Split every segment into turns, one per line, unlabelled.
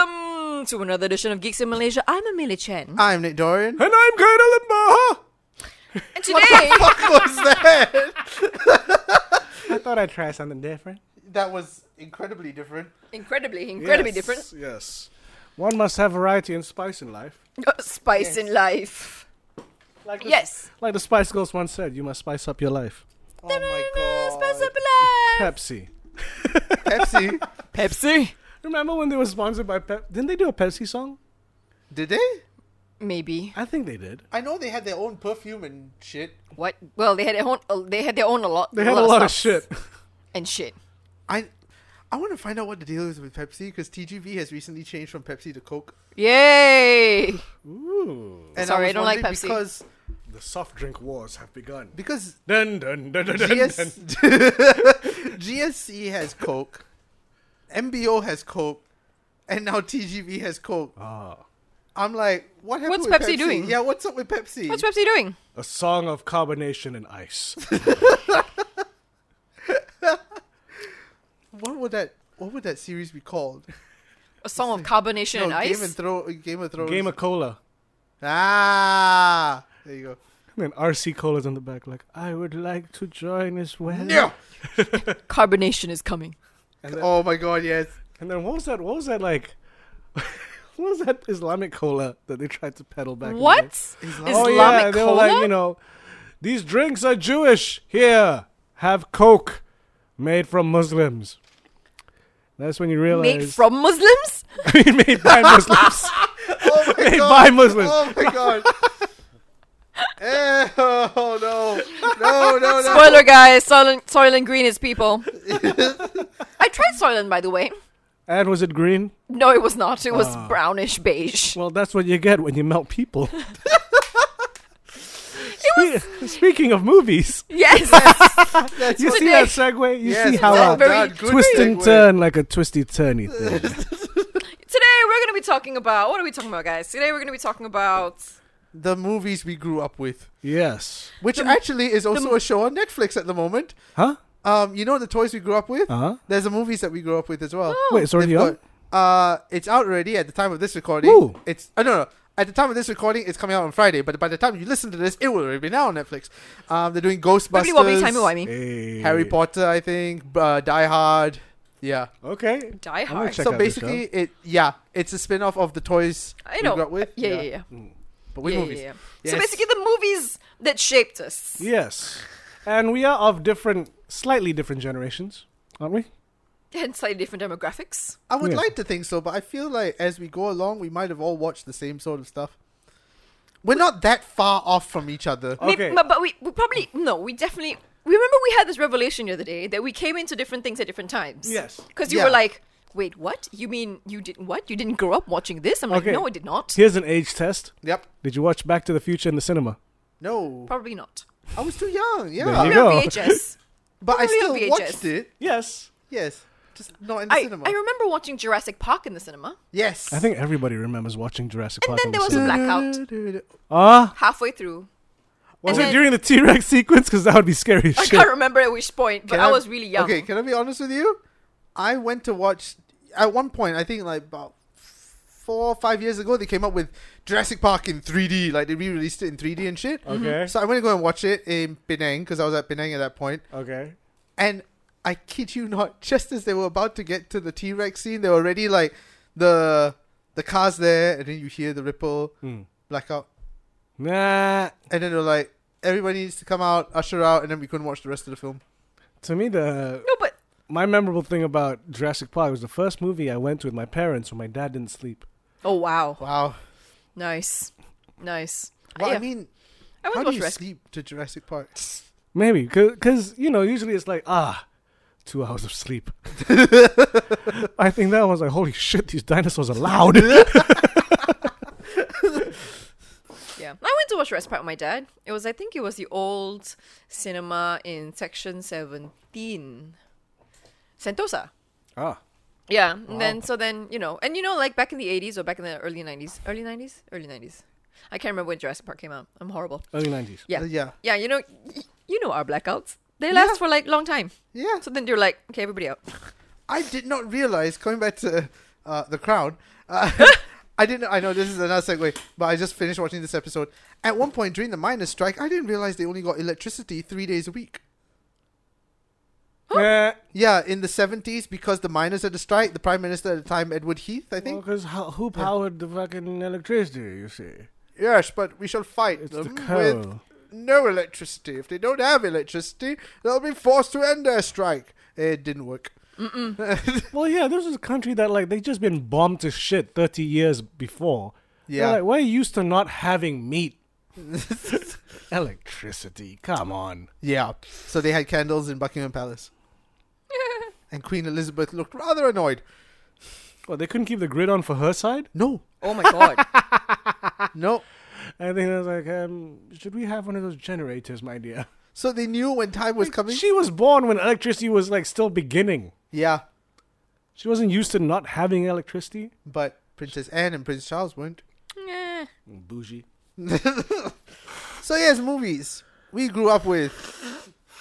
welcome to another edition of Geeks in Malaysia. I'm Amelia
Ah,
Chen.
I'm Nick Dorian.
And I'm Colonel Maha.
And today,
What was that?
I thought I'd try something different.
That was incredibly different.
incredibly, incredibly
Yes,
different,
Yes. One must have variety and spice in life.
spice in life.
Like the,
Yes.
Like the Spice Girls once said, you must spice up your life.
Oh my
Spice
god.
up in life.
Pepsi.
Pepsi.
Pepsi.
Remember when they were sponsored by Pep? Didn't they do a Pepsi song?
Did they?
Maybe.
I think they did.
I know they had their own perfume and shit.
What? Well, they had their own. uh, They had their own a lot.
They had a lot of
stuff
shit.
and shit.
I I want to find out what the deal is with Pepsi because TGV has recently changed from Pepsi to Coke.
Yay!
Ooh.
And
Sorry,
was
I don't like
wondering
Pepsi.
because
The soft drink wars have begun.
because
Dun dun dun dun dun. dun.
GS- GSC has Coke, MBO has Coke, and now TGV has Coke.
Ah.
I'm like, what happened?
What's
with
Pepsi doing?
Yeah, what's up with Pepsi?
What's Pepsi doing?
A song of carbonation and ice.
what would that? What would that series be called?
A song of carbonation and
No, Game
ice.
of Thrones. Game of Thrones.
Game of cola.
ah, there you go.
And then RC Cola's on the back, like, I would like to join as well.
No.
carbonation is coming.
And then,
Oh my God! Yes.
and then what was that? What was that like? what was that Islamic cola that they tried to peddle back? in the
What?
day?
Islamic
Oh yeah, they
cola?
were like, you know, these drinks are Jewish. Here, have Coke, made from Muslims. That's when you realize
Made from Muslims?
made by Muslims.
Oh my
Made
God.
by Muslims.
Oh my God. Eh, oh no! No! No! No!
Spoiler, guys. Soylent, Soylent Green is people. I tried Soylent, by the way.
And was it green?
No, it was not. It was
Ah.
brownish beige.
Well, that's what you get when you melt people. Spe- Speaking of movies,
Yes.
That's
you
what-
see that segue? You
Yes,
see how
well
I
very-
done, good
twist and
segue.
turn like a twisty turny thing.
Today we're going to be talking about what are we talking about, guys? Today we're going to be talking about
The movies we grew up with,
yes.
which actually is also a show on Netflix at the moment.
Huh?
Um, you know the toys we grew up with.
Uh-huh.
There's the movies that we grew up with as well.
Oh.
Wait, it's already
They've
on?
got- Uh, it's out already at the time of this recording.
Ooh.
It's I don't know. At the time of this recording, it's coming out on Friday. But by the time you listen to this, it will already be now on Netflx. Um, they're doing
Wibbly Wobbly Timey
Ghostbusters,
Wimey.
Harry Potter, I think, uh, Die Hard. Yeah.
Okay.
Die
I'm gonna
Hard.
check
so
out this
basically, it yeah, it's a spin off of the toys
I
we
know.
grew up with.
Yeah, yeah, yeah.
But with
Yeah, yeah,
movies.
yeah. So
Yes.
basically, the movies that shaped us.
Yes. And we are of different, slightly different generations, aren't we?
and slightly different demographics.
I would
Yeah.
like to think so, but I feel like as we go along, we might have all watched the same sort of stuff. We're not that far off from each other.
Okay.
Maybe- but, but we, we probably no, we definitely remember we had this revelation the other day that we came into different things at different times.
Yes.
because you
Yeah.
were like, "Wait, what? You mean you didn't what? You didn't grow up watching this?" I'm like,
Okay.
"No, I did not.
Here's an age test.
Yep.
Did you watch Back to the Future in the cinema?
No,
Probably not.
I was too young.
There you
Yeah,
Probably on
go.
VHS.
but I
Probably
still
on VHS.
watched it.
Yes.
Yes, just not in the
I,
cinema.
I remember watching Jurassic Park in the cinema
yes,
I think everybody remembers watching Jurassic
And
Park
then
in
there
the
was a
cinema.
blackout.
Ah,
halfway through. And
was it
then-
during the T Rex sequence? Because that would be scary as
I
shit.
can't remember at which point, but
Can
I, was really young.
Okay, can I be honest with you? I went to watch at one point. I think like about four or five years ago, they came up with Jurassic Park in 3D. Like they re-released it in 3D and shit.
Okay.
Mm-hmm.
So I went to go and watch it in Penang because I was at Penang at that point.
Okay.
And I kid you not, just as they were about to get to the T Rex scene, they were already like the the cars there, and then you hear the ripple blackout,
Hmm. Nah.
and then they're like, everybody needs to come out, usher out, and then we couldn't watch the rest of the film.
To me, the
No, but
my memorable thing about Jurassic Park was the first movie I went to with my parents when my dad didn't sleep.
oh wow,
Wow.
nice, nice.
Well,
yeah.
I mean,
I went
how
to
do
watch
you
Jurassic.
sleep to Jurassic Park?
Maybe because you know usually it's like ah, two hours of sleep. I think that was like holy shit, these dinosaurs are loud.
Yeah, I went to watch Jurassic Park with my dad. It was, I think, it was the old cinema in section seventeen, Sentosa.
ah,
Yeah, and then so then you know, and you know, like back in the eighties or back in the early nineties, early nineties, early nineties. I can't remember when Jurassic Park came out. I'm horrible.
early nineties.
Yeah,
Uh, yeah.
yeah. You know, y- you know our blackouts. They
Yeah.
last for like long time.
Yeah.
So then you're like, okay, everybody out.
I did not realize, going back to uh, The Crown, uh, I didn't. I know this is another segue, but I just finished watching this episode. At one point during the miners' strike, I didn't realize they only got electricity three days a week.
Eh,
Yeah, in the seventies, because the miners had a strike. The prime minister at the time, Edward Heath, I
well,
think.
because who powered the fucking electricity? You see,
Yes, but we shall fight
it's the
them with
coal.
no electricity. If they don't have electricity, they'll be forced to end their strike. It didn't work.
Well, yeah, this is a country that like they just been bombed to shit thirty years before. They're
Yeah.
like we're used to not having meat, electricity. Come on,
Yeah. So they had candles in Buckingham Palace. and Queen Elizabeth looked rather annoyed.
well they couldn't keep the grid on for her side.
No,
Oh my god.
no.
I think I was like, um, should we have one of those generators, my dear?
So they knew when time was coming.
She was born when electricity was like still beginning.
Yeah,
She wasn't used to not having electricity.
but Princess Anne and Prince Charles weren't.
Eh.
Bougie.
So yes, movies. We grew up with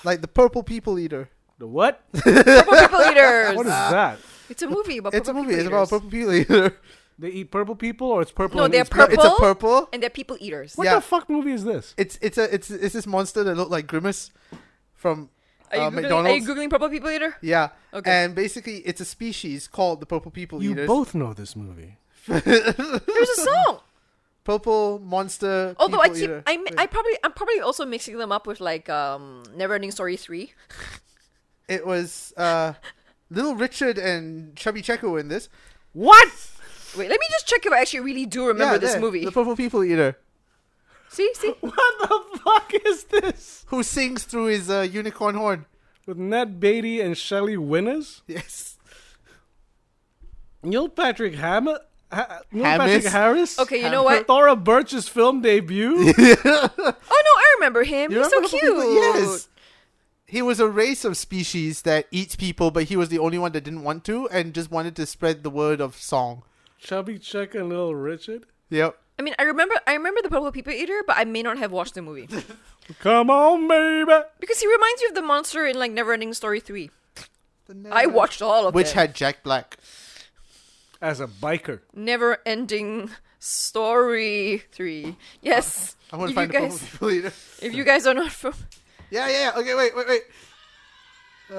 like the Purple People Eater.
The what?
Purple people eaters.
What is that?
It's a movie about
It's a
purple
movie.
people
It's about
eaters.
a Purple People Eater.
They eat purple people, or it's purple?
No,
and
they're
it's purple.
It's a
Purple?
purple.
And they're people eaters.
What
yeah.
the fuck movie is this?
It's it's a it's it's this monster that looked like Grimace from
Are you,
uh,
googling, are you
McDonald's.
googling purple people eater?
Yeah.
Okay.
And basically, it's a species called the Purple People
You
Eaters.
both know this movie.
There's a song.
Purple monster.
Although I
people
keep,
eater.
I, mi- I probably, I'm probably also mixing them up with like um, Neverending Story three.
It was uh, Little Richard and Chubby Checker were in this.
What?
Wait, let me just check if I actually really do remember
Yeah,
this
there,
movie.
The Purple People Eater,
see, see, Oh,
What the fuck is this?
who sings through his uh, unicorn horn.
With Ned Beatty and Shelley Winners,
Yes.
Neil Patrick Hammer, ha- Neil Patrick
Hammis.
Harris.
Okay, you know what?
Thora Birch's film debut.
Oh no, I remember him.
You
He's
remember
so
Purple
cute.
People? Yes. He was a race of species that eats people, but he was the only one that didn't want to and just wanted to spread the word of song.
Chubby Checker and Little Richard.
Yep.
I mean, I remember, I remember the Purple People Eater, but I may not have watched the movie
Come on, baby.
because he reminds me of the monster in like Neverending Story three. I watched all of
Which
it.
had Jack Black.
As a biker.
Neverending Story three. Yes.
I want
if
to find
you
the
guys,
Purple People Eater.
if you guys are not from,
Yeah, yeah, yeah. Okay, wait, wait, wait. Uh,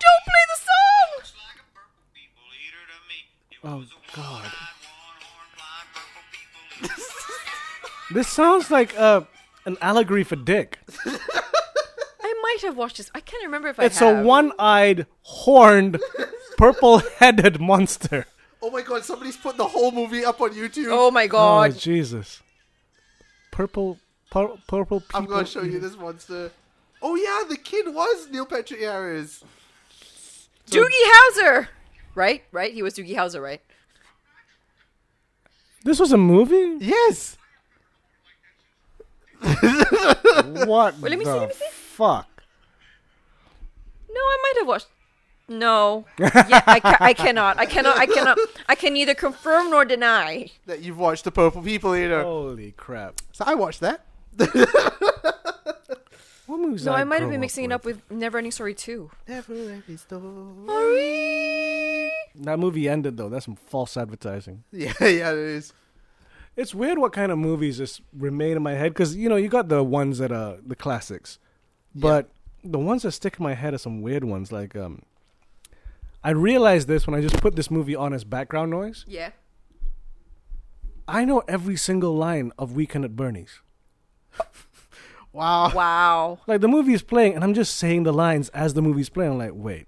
don't play the song.
looks like a purple people eater to me. It
Oh,
was a
God.
one-eyed, one-horned, blind purple people eater.
This sounds like uh, an allegory for dick.
I might have watched this. I can't remember if
It's
I have.
a one-eyed, horned, purple-headed monster.
oh my god, somebody's put the whole movie up on YouTube.
Oh my
Oh
god.
Jesus! Purple, pur- purple. People
I'm gonna show you this monster. Oh yeah, the kid was Neil Patrick Harris.
Doogie Howser. Right? Right? He was Doogie Howser, right?
This was a movie.
Yes.
what
Wait, let me see,
the
let me see.
fuck?
No, I might have watched. No. Yeah, I, ca- I cannot. I cannot. I cannot. I can neither confirm nor deny.
That you've watched the Purple People Eater.
Holy crap!
So I watched that.
What movies?
No,
did
I might have
grow
been mixing it up
with.
with Neverending Story 2. Oh.
That movie ended though. That's some false advertising.
Yeah, yeah, it is.
It's weird what kind of movies just remain in my head because you know you got the ones that are the classics, but the ones that stick in my head are some weird ones. Like um, I realized this when I just put this movie on as background noise.
Yeah.
I know every single line of Weekend at Bernie's.
Wow.
Wow.
Like the movie is playing, and I'm just saying the lines as the movie's playing. I'm like, wait,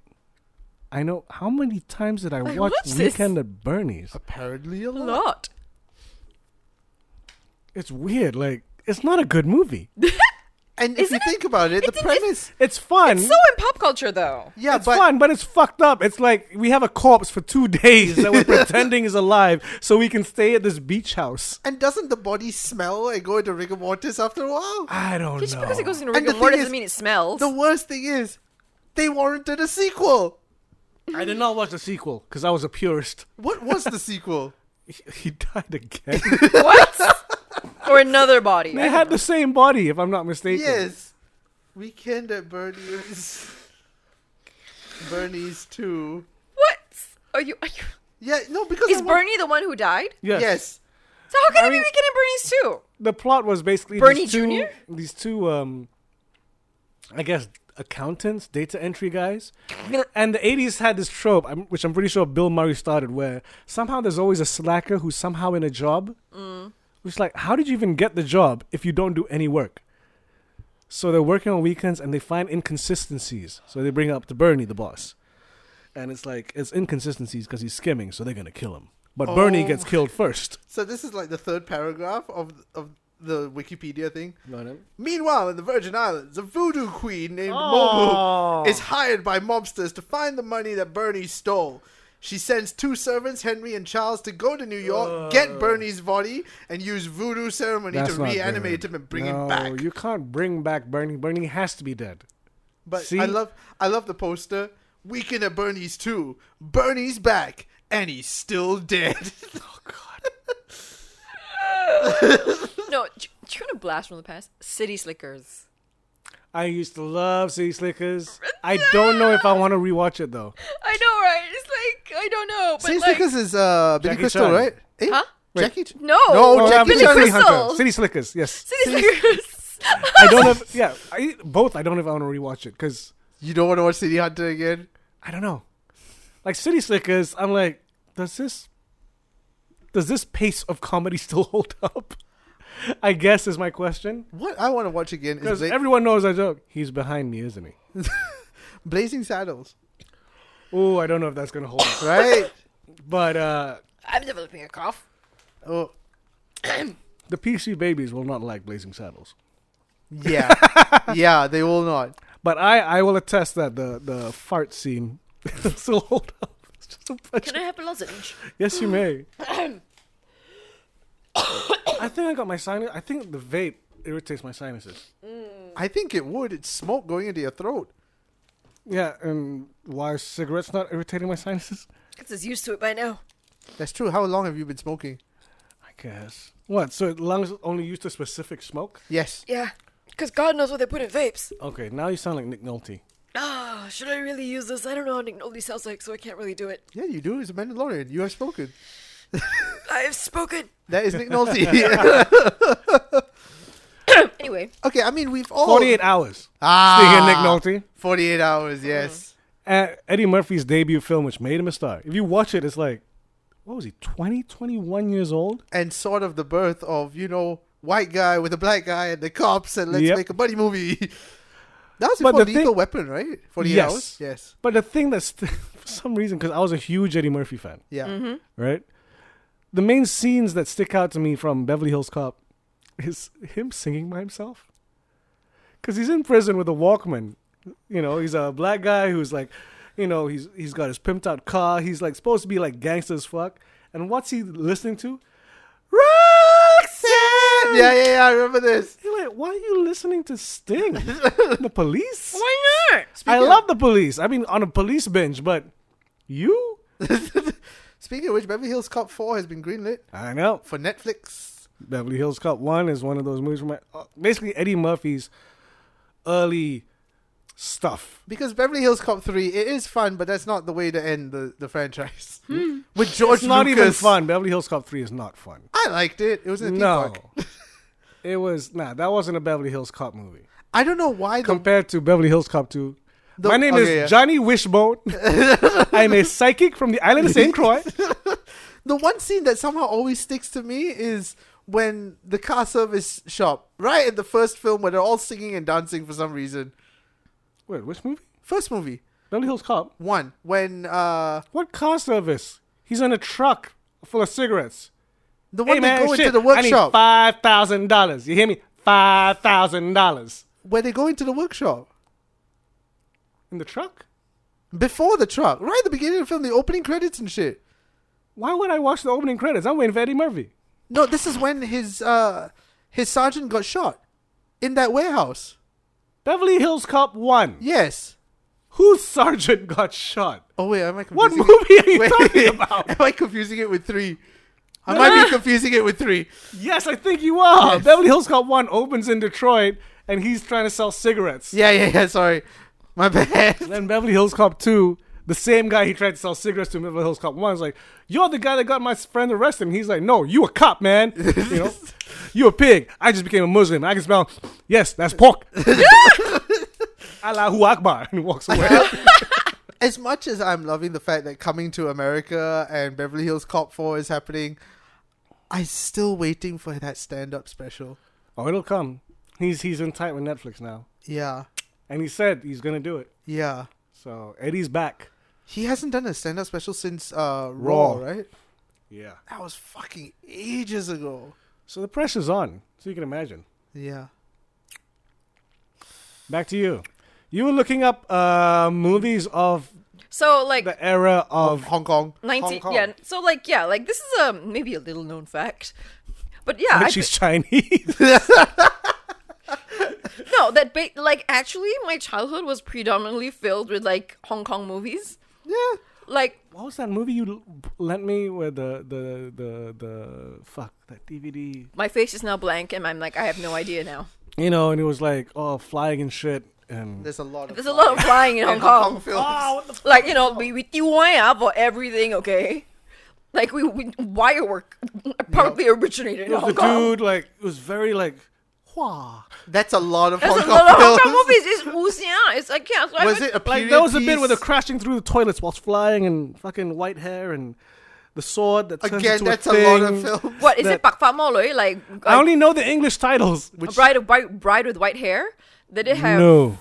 I know how many times did I, watch
watched this.
Weekend at Bernie's?
Apparently a
A
lot.
lot.
It's weird. Like it's not a good movie.
And if
Isn't
you
it-
think about it, the
it's- it's-
premise.
It's fun.
So in pop culture, though.
yeah,
it's
but
fun, but it's fucked up. It's like we have a corpse for two days that we're pretending is alive, so we can stay at this beach house.
and doesn't the body smell and go into rigor mortis after a while?
I don't
Just
know.
because it goes into
And
rigor
the
mortis
thing
doesn't
is,
mean it smells.
The worst thing is, they warranted a sequel.
I did not watch the sequel because I was a purist.
What was the sequel?
He, he died again.
what? or another body.
they had the same body, if I'm not mistaken.
Yes. Weekend at Bernie's. Bernie's 2.
What? Are you? Are you?
Yeah, no, because
Is
I wa-
Bernie the one who died?
Yes.
Yes.
So how can
I
I be
mean-
weekend in Bernie's too?
The plot was basically
Bernie
these two,
Jr.?
These two, um, I guess, accountants, data entry guys. And the 80s had this trope, I'm- which I'm pretty sure Bill Murray started, where somehow there's always a slacker who's somehow in a job. Which, like, how did you even get the job if you don't do any work? So they're working on weekends and they find inconsistencies. So they bring up to Bernie, the boss. And it's like, it's inconsistencies because he's skimming, so they're going to kill him. But Bernie
Oh.
gets killed first.
So this is like the third paragraph of of the Wikipedia thing. Meanwhile, in the Virgin Islands, a voodoo queen named
Oh.
Mobu is hired by mobsters to find the money that Bernie stole. She sends two servants, Henry and Charles, to go to New York, get Bernie's body, and use voodoo ceremony
That's
to
not
reanimate
good.
him and bring
no,
him back.
You can't bring back Bernie. Bernie has to be dead.
but
See?
I love, I love the poster. Weekend at Bernie's too. Bernie's back, and he's still dead. oh God!
No, do do you want to blast from the past? City Slickers.
I used to love City Slickers. I don't know if I want to rewatch it though.
I know, right? It's like I don't know, but like,
is uh, Billy
Jackie Crystal, Chan. right?
Eh?
Huh?
Jackie?
No,
No,
Oh,
that
Jackie
Billy
was
Chan.
Crystal.
City Hunter. City Slickers. Yes.
City Slickers.
I don't know. If, yeah, I, both. I don't know if I want to rewatch it because
You don't want to watch City Hunter again?
I don't know. Like City Slickers, I'm like, does this does this pace of comedy still hold up? I guess is my question.
What I want to watch again is
Because
Bla-
everyone knows I joke. He's behind me, isn't he?
Blazing Saddles,
Oh, I don't know if that's gonna hold up.
right?
But uh
I'm developing a cough.
oh,
The PC babies will not like Blazing Saddles.
yeah, yeah. They will not.
But I, I will attest that the, the fart scene still hold up. It's just a bunch
Can I have a lozenge?
of- yes, you may. I think I got my sinus. I think the vape irritates my sinuses.
I think it would. It's smoke going into your throat.
Yeah, and why are cigarettes not irritating my sinuses?
It's as used to it by now.
That's true. How long have you been smoking?
I guess. What? So lungs only used to specific smoke?
Yes.
Yeah, because God knows what they put in vapes.
Okay, now you sound like Nick Nolte.
Ah, should I really use this? I don't know how Nick Nolte sounds like, so I can't really do it.
Yeah, you do. It's a Mandalorian. You have spoken.
I have spoken.
That is Nick Nolte.
Anyway,
okay, I mean we've all
48 hours.
Ah.
Speaking of Nick Nolte.
Forty-eight hours. Yes.
uh, Eddie Murphy's debut film, which made him a star. If you watch it, it's like, what was he, 20, 21 years old?
And sort of the birth of you know white guy with a black guy and the cops and let's
Yep.
make a buddy movie. That was
But
before
the
Lethal
thing-
Weapon, right? Forty-eight hours. Yes.
But the thing that's, for some reason, because I was a huge Eddie Murphy fan,
Yeah.
right? The main scenes that stick out to me from Beverly Hills Cop is him singing by himself. Because he's in prison with a Walkman. You know, he's a black guy who's like, you know, he's he's got his pimped out car. He's like supposed to be like gangster as fuck. And what's he listening to? Roxanne!
Yeah, yeah, yeah. I remember this.
You're like, why are you listening to Sting? the police?
why not?
I love the police. I mean, on a police bench, but you?
Speaking of which, Beverly Hills Cop 4 has been greenlit
I know.
for Netflix.
Beverly Hills Cop 1 is one of those movies from my, uh, basically Eddie Murphy's early stuff.
Because Beverly Hills Cop 3, it is fun, but that's not the way to end the, the franchise. With George
It's not
Lucas.
even fun. Beverly Hills Cop 3 is not fun.
I liked it. It was in a theme
No.
park.
it was, nah, that wasn't a Beverly Hills Cop movie.
I don't know why the,
compared to Beverly Hills Cop 2.
The-
My name is
okay, yeah.
Johnny Wishbone. I'm a psychic from the island of St. Croix.
the one scene that somehow always sticks to me is when the car service shop, right in the first film where they're all singing and dancing for some reason.
Wait, which movie?
First movie,
Beverly Hills Cop?
one, when uh,
What car service? He's on a truck full of cigarettes.
the one
Hey
they
man,
go into
shit,
the
I need
workshop.
five thousand dollars. You hear me? Five thousand dollars
Where they go into the workshop.
in the truck.
Before the truck, right at the beginning of the film, the opening credits and shit.
Why would I watch the opening credits? I'm waiting for Eddie Murphy.
No, this is when his uh his sergeant got shot in that warehouse.
Beverly Hills Cop One.
Yes.
Whose sergeant got shot?
Oh wait, am I confusing
What
it-
movie are you
Wait,
talking about?
Am I confusing it with three? I might be confusing it with three.
Yes, I think you are.
Yes.
Beverly Hills Cop One opens in Detroit, and he's trying to sell cigarettes.
Yeah, yeah, yeah. Sorry, my bad.
Then Beverly Hills Cop Two The same guy he tried to sell cigarettes to in Beverly Hills Cop One is like, "You're the guy that got my friend arrested." And he's like, "No, you a cop, man. You know, you a pig. I just became a Muslim. I can smell. Yes, that's pork." Allahu Akbar, and walks away.
as much as I'm loving the fact that Coming to America and Beverly Hills Cop 4 is happening, I'm still waiting for that stand up special.
oh, it'll come. He's he's in tight with Netflix now,
Yeah.
and he said he's gonna do it.
Yeah.
So Eddie's back.
He hasn't done a stand up special since uh, Raw,
Raw.
right?
Yeah.
That was fucking ages ago.
So the pressure's on. So you can imagine.
Yeah.
Back to you. You were looking up uh, movies of
So like
the era
Of
of
Hong Kong. Hong
nineteen,
Kong.
yeah. So like yeah, like this is a maybe a little known fact, but yeah, I
that she's Chinese.
could- no that ba- like actually my childhood was predominantly filled with like Hong Kong movies.
Yeah.
Like
what was that movie you l- lent me where the the the the fuck that DVD?
my face is now blank, and I'm like I have no idea now.
You know, and it was like oh flying and shit and Ah,
There's a lot of.
There's a lot of flying in Hong, Kong.
films.
Like you know, we we up for everything, okay? Like we, we wire work probably originated in
it was
Hong
the
Kong.
dude like Oh, it was very like wah.
That's a lot of
There's
Hong
a
Kong
lot of Hong
films.
Kong movies. It's wuxian. It's like yeah. So I
Was
would-
it a
Like
period
there was a bit where
with
they're crashing through the toilets whilst flying and fucking white hair and the sword that turns
Again,
into
that's
a,
a, lot
thing.
of films.
What is
that-
it? Pak Fa Mo Lui? Like, like
I only know the English titles.
a bride, of white, bride with white hair. Did it have?
no,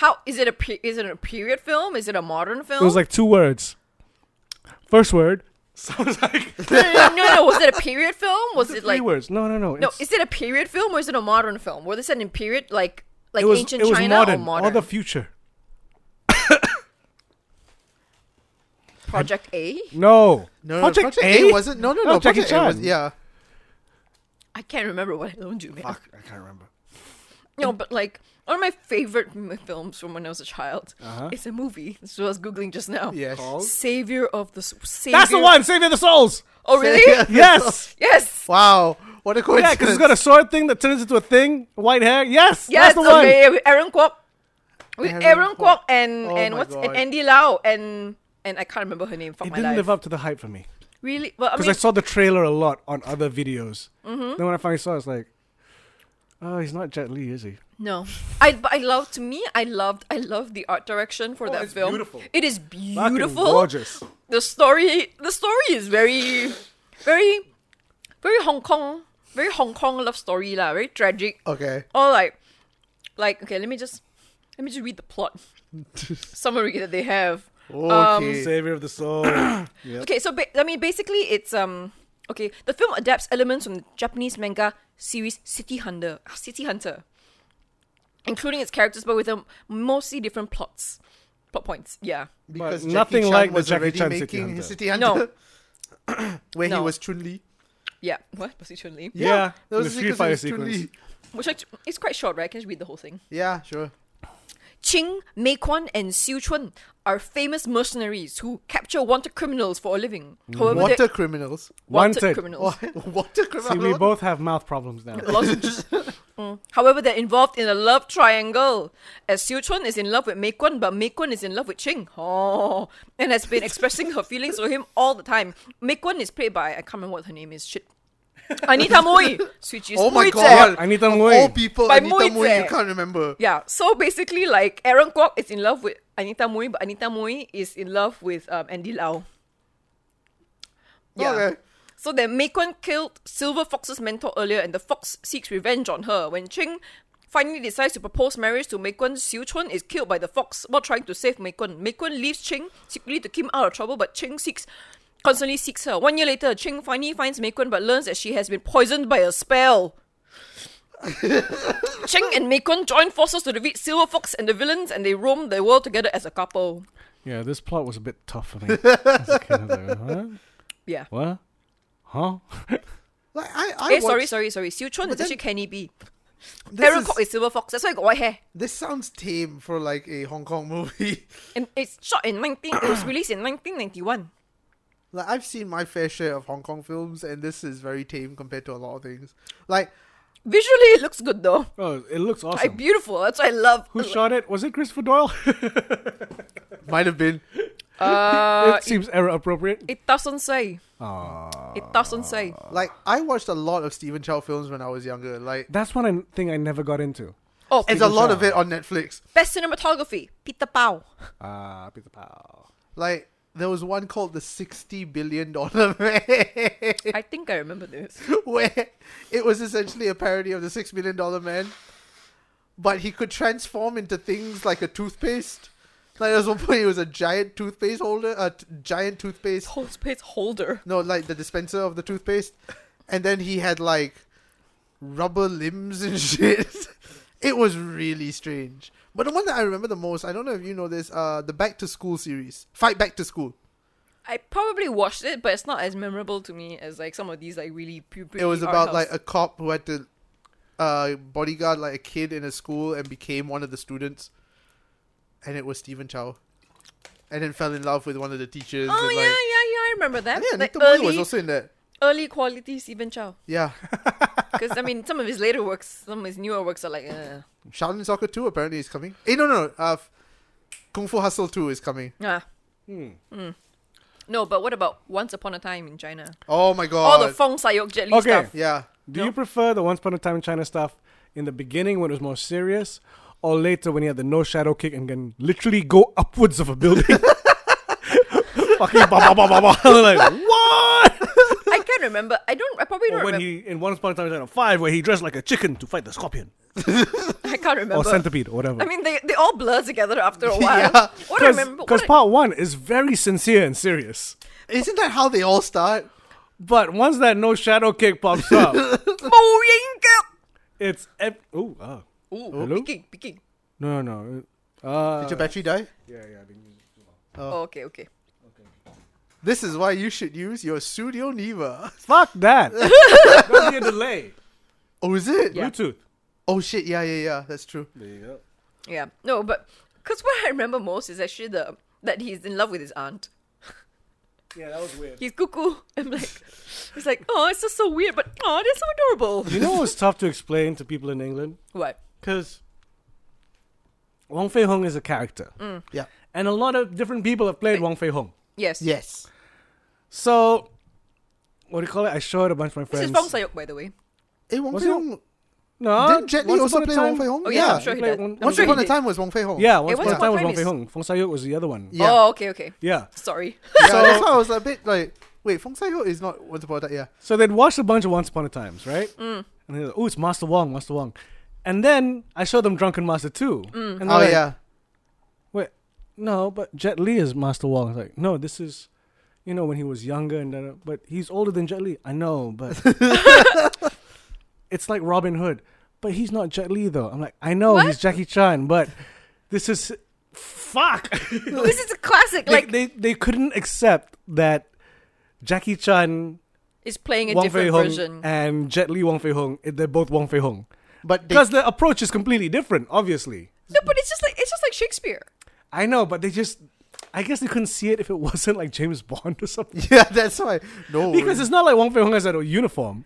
How is it a? Pe- is it a period film? Is it a modern film?
it was like two words. First word sounds like
no, no, no, no, no. Was it a period film? Was it
three
like
words. No, no, no.
no?
it's-
Is it a period film or is it a modern film? Were they set in period like like
it was
ancient
it was
China
modern
or modern?
the future.
Project A.
No,
No, no, Project, A? wasn't. No, no, no.
Jackie
Project A was.
Chan.
Yeah.
I can't remember what I loaned you, man.
Fuck, I can't remember.
No, but like one of my favorite m- films from when I was a child.
Uh-huh.
It's a movie. This was googling just now.
Yes.
Savior of the S- Savior.
That's the one. Saving the souls.
Oh really?
Yes.
yes.
Wow. What a
yeah,
coincidence.
because it's got a sword thing that turns into a thing. White hair. Yes.
Yes.
That's the one.
Okay. With Aaron Kwok. With
Aaron
Aaron, Kwok and
Oh
and
my
what's
God.
and Andy Lau and and I can't remember her name. Fuck
It
my
didn't
life.
live up to the hype for me
Really? Well, I
because
mean,
I saw the trailer a lot on other videos. Then when I finally saw, it, I was like, "Oh, he's not Jet Li, is he?"
no. I but I love to me. I loved. I loved the art direction for that
Oh, it's
film.
beautiful.
It is
Fucking
beautiful.
gorgeous.
the story the story is very very very Hong Kong very Hong Kong love story lah, very tragic.
Okay.
Or like like okay, let me just let me just read the plot summary that they have.
Um,
Okay.
Savior of the soul.
Okay, so ba- I mean basically it's um okay, the film adapts elements from the Japanese manga series City Hunter, ah, City Hunter, including its characters but with um, mostly different plots. Plot points. Yeah.
because
But
Jackie
nothing
Chan
like the
was
Jackie
already
Chan City
making
Hunter.
his City Hunter.
No.
where he
No.
was Chun Li.
Yeah. What? Was it Chun-Li?
Yeah,
that was
the
because
Street Fighter
it was Chun-Li.
sequence.
Which act- it's quite short, right? I can just read the whole thing.
Yeah, sure.
Qing, Mei Quan, and Xiu Chun are famous mercenaries who capture wanted criminals for a living. However,
Water
they-
criminals.
Wanted.
criminals.
Water
See, we
criminals.
both have mouth problems now.
Mm. However, they're involved in a love triangle, as Xiu Chun is in love with Mei Quan, but Mei Quan is in love with Qing. Oh, and has been expressing her feelings for him all the time. Mei Quan is played by I can't remember what her name is. Shit, Anita Mui, which is
oh my
Mui Zhe.
god.
I need them
Of
away.
All people,
By
I need them
Moise.
away, You can't remember.
Yeah. So basically, like Aaron Kwok is in love with Anita Mui, but Anita Mui is in love with um, Andy Lau. Yeah.
Okay.
So then Mei Quan killed Silver Fox's mentor earlier, and the fox seeks revenge on her. When Ching finally decides to propose marriage to Mei Quan, Xiu Chun is killed by the fox while trying to save Mei Quan. Mei Quan leaves Ching secretly to keep him out of trouble, but Ching seeks constantly seeks her. One year later, Ching finally finds Mei Quan, but learns that she has been poisoned by a spell. Ching and Mei Quan join forces to defeat Silver Fox and the villains, and they roam the world together as a couple.
yeah, this plot was a bit tough for me. As a kid, I was like, huh?
Yeah.
What? Huh?
Like, I, I
Eh,
Hey,
watched-
sorry, sorry, sorry. Xiu Chun is
then-
actually Kenny B.
This,
Aaron
is-
Kwok is Silver Fox. That's why I got white hair.
this sounds tame for like a Hong Kong movie.
And it's shot in 19 it was released in 1991.
Like I've seen my fair share of Hong Kong films, and this is very tame compared to a lot of things. Like
Visually it looks good though.
Oh, it looks
Like
awesome.
beautiful. That's what I love.
Who shot it? Was it Christopher Doyle?
might have been
Uh,
it seems era appropriate.
It doesn't say.
Aw.
It doesn't say.
Like I watched a lot of Stephen Chow films when I was younger. Like
That's one I- thing I never got into.
Oh,
there's a lot
Chow.
of it on Netflix.
best cinematography, Peter Pao.
Ah, Peter Pow.
Like there was one called the sixty billion dollar man,
I think I remember this.
where it was essentially a parody of the six million dollar man, but he could transform into things like a toothpaste. Like there was one point, he was a giant toothpaste holder, a t- giant toothpaste
Whole space holder.
No, like the dispenser of the toothpaste. And then he had like rubber limbs and shit. it was really strange. But the one that I remember the most, I don't know if you know this, uh the Back to School series. Fight Back to School.
I probably watched it, but it's not as memorable to me as like some of these like really puberty.
it was about like a cop who had to uh bodyguard like a kid in a school and became one of the students. And it was Stephen Chow. And then fell in love with one of the teachers
Oh
and
yeah, yeah, yeah.
like
I remember that.
And yeah,
like
Nick the Boy
early,
was also in that.
early quality Stephen Chow.
Yeah.
Because I mean, some of his later works, some of his newer works are like, uh,
Shaolin Soccer 2 apparently is coming. Eh, no, no, no. Uh, f- Kung Fu Hustle 2 is coming.
ah. Mm. No, but what about Once Upon a Time in China?
Oh my
All
god.
the Fong Sayok Jet Li
Uh, Okay.
stuff.
yeah.
Do
No.
you prefer the Once Upon a Time in China stuff in the beginning when it was more serious, or later when he had the no shadow kick and can literally go upwards of a building? Fucking ba ba ba ba ba. like what?
I can't remember. I don't. I probably don't
Or when
remember.
he in Once Upon a Time in China Five, where he dressed like a chicken to fight the scorpion
I can't
or
remember.
centipede or whatever.
I mean, they they all blur together after a while.
Yeah.
What I remember?
because
what I-
part one is very sincere and serious,
Isn't that how they all start?
but once that no shadow kick pops up,
Boing!
it's ev- oh ah
Ooh,
Hello?
peeking, peeking.
no no no. Uh,
Did your battery die?
yeah yeah. I've been using it too long.
Oh, okay, okay.
This is why you should use your Studio Neva.
Fuck that. That'll be a delay.
Oh, is it?
Yeah.
Bluetooth.
Oh shit. Yeah, yeah, yeah. That's true.
There you go.
Yeah. No, but because what I remember most is actually the that he's in love with his aunt.
Yeah, that was weird.
He's cuckoo. I'm like, it's like, oh, it's just so weird, but oh, they're so adorable.
You know what's tough to explain to people in England?
What?
Because Wong Fei Hung is a character.
Mm.
Yeah.
And a lot of different people have played Wong Fei Hung.
Yes.
Yes.
So, what do you call it? I showed a bunch of my
This
friends.
is Fong Sayok, by the way.
Hey, Eh, Wong
Was
Fei
it-
Hong.
No.
Didn't Jet Li
Once
also
Upon a
play
Time-
Wong Fei Hong?
Oh yeah,
yeah.
I'm sure he
Play
did.
one-
I'm
Once
sure
upon
he
a
did.
time was Wong Fei Hong.
Yeah, Once
Once
Upon
Upon a
a Time was
Time
Wong Fei
is-
Hong. Fong Sayok was the other one.
Yeah.
Oh, okay, okay.
Yeah.
Sorry.
yeah
So-
that's why I was a bit like, wait, Fong Sai Ho is not Once Upon a Time. Yeah.
So they'd watched a bunch of Once Upon a Times, right? Mm. And they're like, oh, it's Master Wong, Master Wong. And then I showed them Drunken Master 2. And they're
Oh
like,
yeah.
Wait, no, but Jet Li is Master Wong. It's like, no, this is, you know, when he was younger and da- da- but he's older than Jet Li. I know, but it's like Robin Hood, but he's not Jet Li though. I'm like, I know
What?
he's Jackie Chan, but this is fuck.
this is a classic.
like
Like,
they, they couldn't accept that Jackie Chan
is playing a
Wong Fei
different
Hong
version.
and Jet Li Wong Fei Hong. eh, They're both Wong Fei Hong
But they,
because the approach is completely different. Obviously,
no, but it's just like it's just like Shakespeare.
I know, but they just. I guess they couldn't see it if it wasn't like James Bond or something.
yeah, that's why. No.
Because it's not like Wong Fei Hong has that uniform.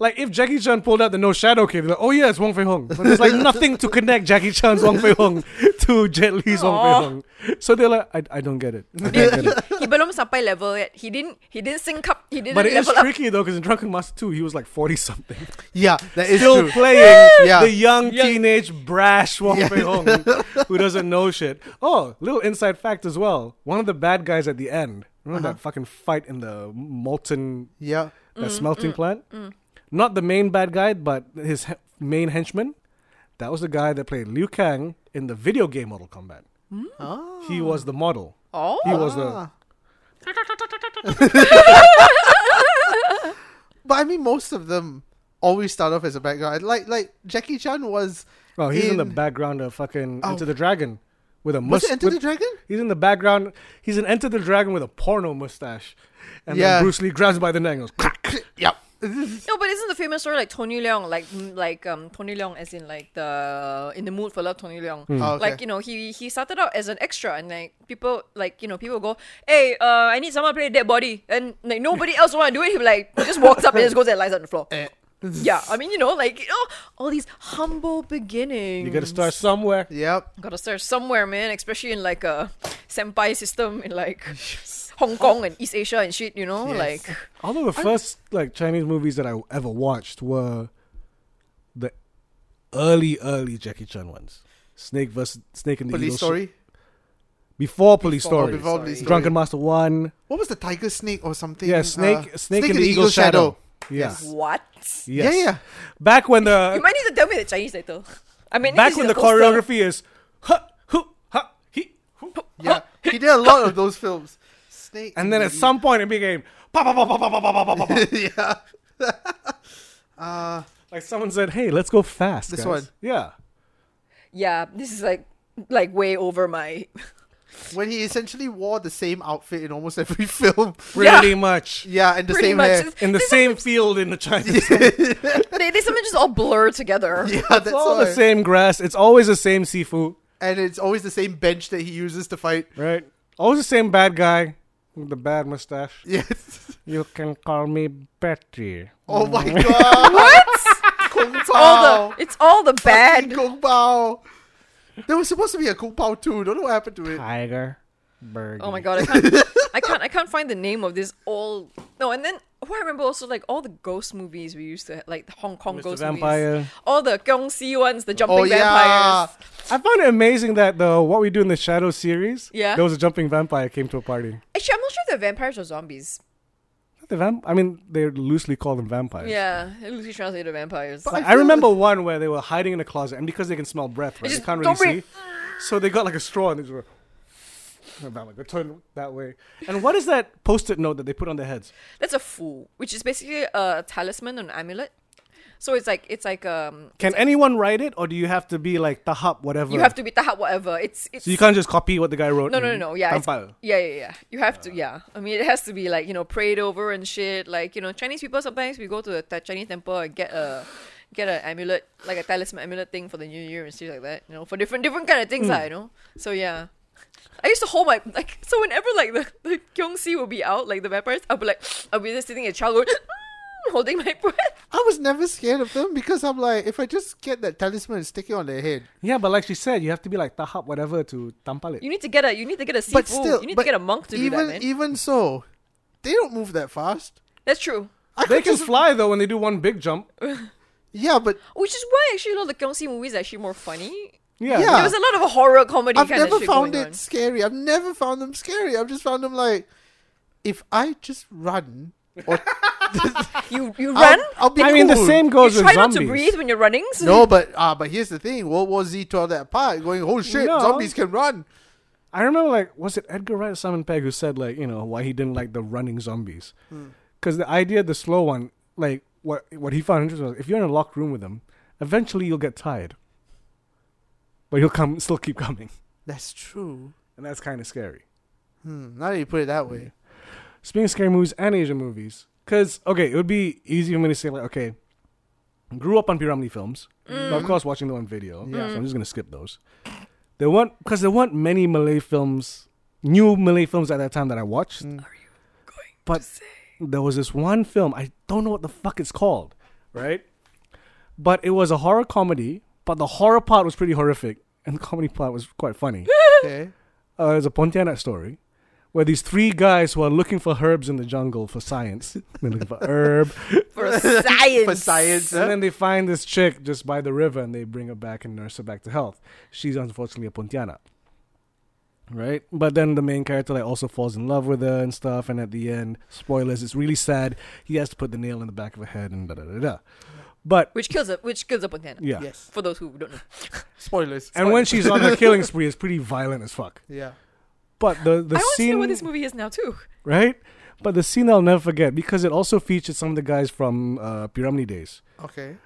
Like if Jackie Chan pulled out the no shadow kid, like, oh yeah, it's Wong Fei Hong. But there's like nothing to connect Jackie Chan's Wong Fei Hong to Jet Li's
Aw.
Wong Fei Hong. So they're like, I, I don't get it. I don't get it.
he belum sampai level yet. He didn't. He didn't sync up. He didn't
But it is
level up.
tricky though, because in Drunken Master 2, he was like 40 something.
yeah, that is
Still
true.
playing
Yeah.
the young,
Young.
teenage brash Wong Fei Hong who doesn't know shit. Oh, little inside fact as well. One of the bad guys at the end. Remember
Uh-huh.
that fucking fight in the molten
yeah.
that
Mm,
smelting plant. Not the main bad guy, but his he- main henchman. That was the guy that played Liu Kang in the video game Mortal Kombat.
Ah.
He was the model.
Mm. Oh,
He was the
But I mean, most of them always start off as a background. Like like Jackie Chan was.
well, Oh, he's in, the background of fucking
Oh.
Enter the Dragon with a
Was it
mustache.
Enter the Dragon?
He's in the background. He's in Enter the Dragon with a porno mustache, and
Yeah.
then Bruce Lee grabs him by the neck and goes, "Crack."
Yep.
no, but isn't the famous story like Tony Leung, like mm, like um Tony Leung, as in like the in the mood for love Tony Leung,
Oh, okay.
like you know he he started out as an extra and like people like you know people go, hey, uh, I need someone to play dead body, and like nobody else want to do it. He like just walks up and just goes and lies on the floor.
Eh.
yeah, I mean, you know, like you know, all these humble beginnings.
You got to start somewhere.
Yep.
Gotta start somewhere, man. Especially in like a senpai system in like Hong Kong and East Asia and shit. You know,
Yes.
like
Although the first like Chinese movies that I ever watched were the early, early Jackie Chan ones. Snake versus Snake and the
Police
Eagle.
story.
Before Police
Before
Story.
Before Police
Sorry.
Story.
Drunken Master One.
What was the tiger snake or something?
Yeah,
Uh,
Snake, snake, and, the Eagle, Shadow. Yeah. Yes.
what?
Yeah, yeah.
Back when
You
the
might need to tell me the Chinese title. I mean,
back
this
when
is
the
a poster.
choreography is ha hoo ha he hoo.
Yeah, he did a lot of those films. Snake.
and then at some point it became pa pa pa pa pa pa pa pa pa pa.
yeah.
Like someone said, "Hey, let's go fast."
This
guys."
one.
Yeah.
Yeah, this is like like way over my.
When he essentially wore the same outfit in almost every film.
Pretty much.
Yeah, and the
Pretty
same
much.
hair.
In the same field in the Chinese.
They, they sometimes just all blur together.
Yeah, that's
It's all
why.
the same grass. It's always the same seafood,
And it's always the same bench that he uses to fight.
right? Always the same bad guy with the bad mustache.
Yes.
You can call me Betty.
Oh my god. what? Kung Pao. Oh.
All the it's all the
Fucking
bad.
Kung Pao. There was supposed to be a Kung Pao too. Don't know what happened to it.
Tiger. Bird.
Oh my god, I can't, I can't, I can't find the name of this old. No, and then what I remember also like all the ghost movies we used to ha- like the Hong Kong
Mr.
ghost
Vampire.
movies, all the Gong Si ones, the jumping
Oh yeah.
vampires.
I found it amazing that the what we do in the Shadow series.
Yeah.
There was a jumping vampire came to a party.
Actually, I'm not sure if they're vampires or zombies.
The vamp- I mean, they loosely call them vampires.
Yeah, it loosely translated vampires.
Like,
I
I,
feel
remember one where they were hiding in a closet, and because they can smell breath, right, they
just
can't really
don't
see.
breathe.
So they got like a straw and they just were. That way, go turn that way. And what is that post-it note that they put on their heads?
That's a fool, which is basically a talisman and amulet. So it's like it's like um
Can anyone write it, or do you have to be like tahap whatever?
you have to be tahap whatever. It's it's
So you can't just copy what the guy wrote.
no no no
and
no yeah it's-
vampire.
yeah yeah yeah you have to yeah. I mean it has to be like you know prayed over and shit. Like you know Chinese people sometimes we go to a ta- Chinese temple and get a get an amulet like a talisman amulet thing for the new year and shit like that. You know for different different kind of
Hmm.
things lah, you know. So yeah. I used to hold my like so whenever like the the Kyongsi will be out like the vampires I'll be like I'll be just sitting in a child holding my breath.
I was never scared of them because I'm like, if I just get that talisman and stick it on their head.
Yeah, but like she said, you have to be like tahap whatever to tampal it.
You need to get a you need to get a
But
seafood.
still,
you need
but
to get a monk to
even e-
do that, man.
even so, they don't move that fast.
That's true.
I
they
could
can
just
fly though when they do one big jump.
yeah, but
Which is why actually a lot of the Kyongsi movies are actually more funny.
Yeah.
Yeah.
There was a lot of horror comedy
Ah. I've
kind
never
of shit
found
going on.
it scary. I've never found them scary. I've just found them like, if I just run, or
You you
I'll-
run?
I'll be
I mean, the
cool.
same
You
goes with
try not
zombies.
to breathe when you're running. so-
No, but ah, but here's the thing: World War Z tore that apart. Going, oh shit,
No.
zombies can run.
I remember like was it Edgar Wright or Simon Pegg who said like you know why he didn't like the running zombies because the idea of the slow one like what what he found interesting was if you're in a locked room with them eventually you'll get tired but he'll come still keep coming
That's true.
and that's kind of scary
Hmm, now that you put it that way,
speaking of scary movies and Asian movies because okay it would be easy for me to say like okay grew up on Piramli films but of course watching them on video yeah so I'm just gonna skip those there weren't because there weren't many Malay films new Malay films at that time that I watched but there was this one film i don't know what the fuck it's called right but it was a horror comedy but the horror part was pretty horrific and the comedy part was quite funny
okay.
uh, it's a pontianak story where these three guys who are looking for herbs in the jungle for science they're looking for herb
For science.
For science,
and
huh?
then they find this chick just by the river and they bring her back and nurse her back to health she's unfortunately a pontianak right but then the main character like also falls in love with her and stuff and at the end spoilers it's really sad he has to put the nail in the back of her head and da da da da but
Which kills a which kills a Pontana.
yeah
yes.
For those who don't know.
Spoilers.
and when she's on her killing spree it's pretty violent as fuck
yeah,
but the the
I want to
scene
know what this movie is now too.
right but the scene I'll never forget because it also featured some of the guys from uh, Piramli days.
okay.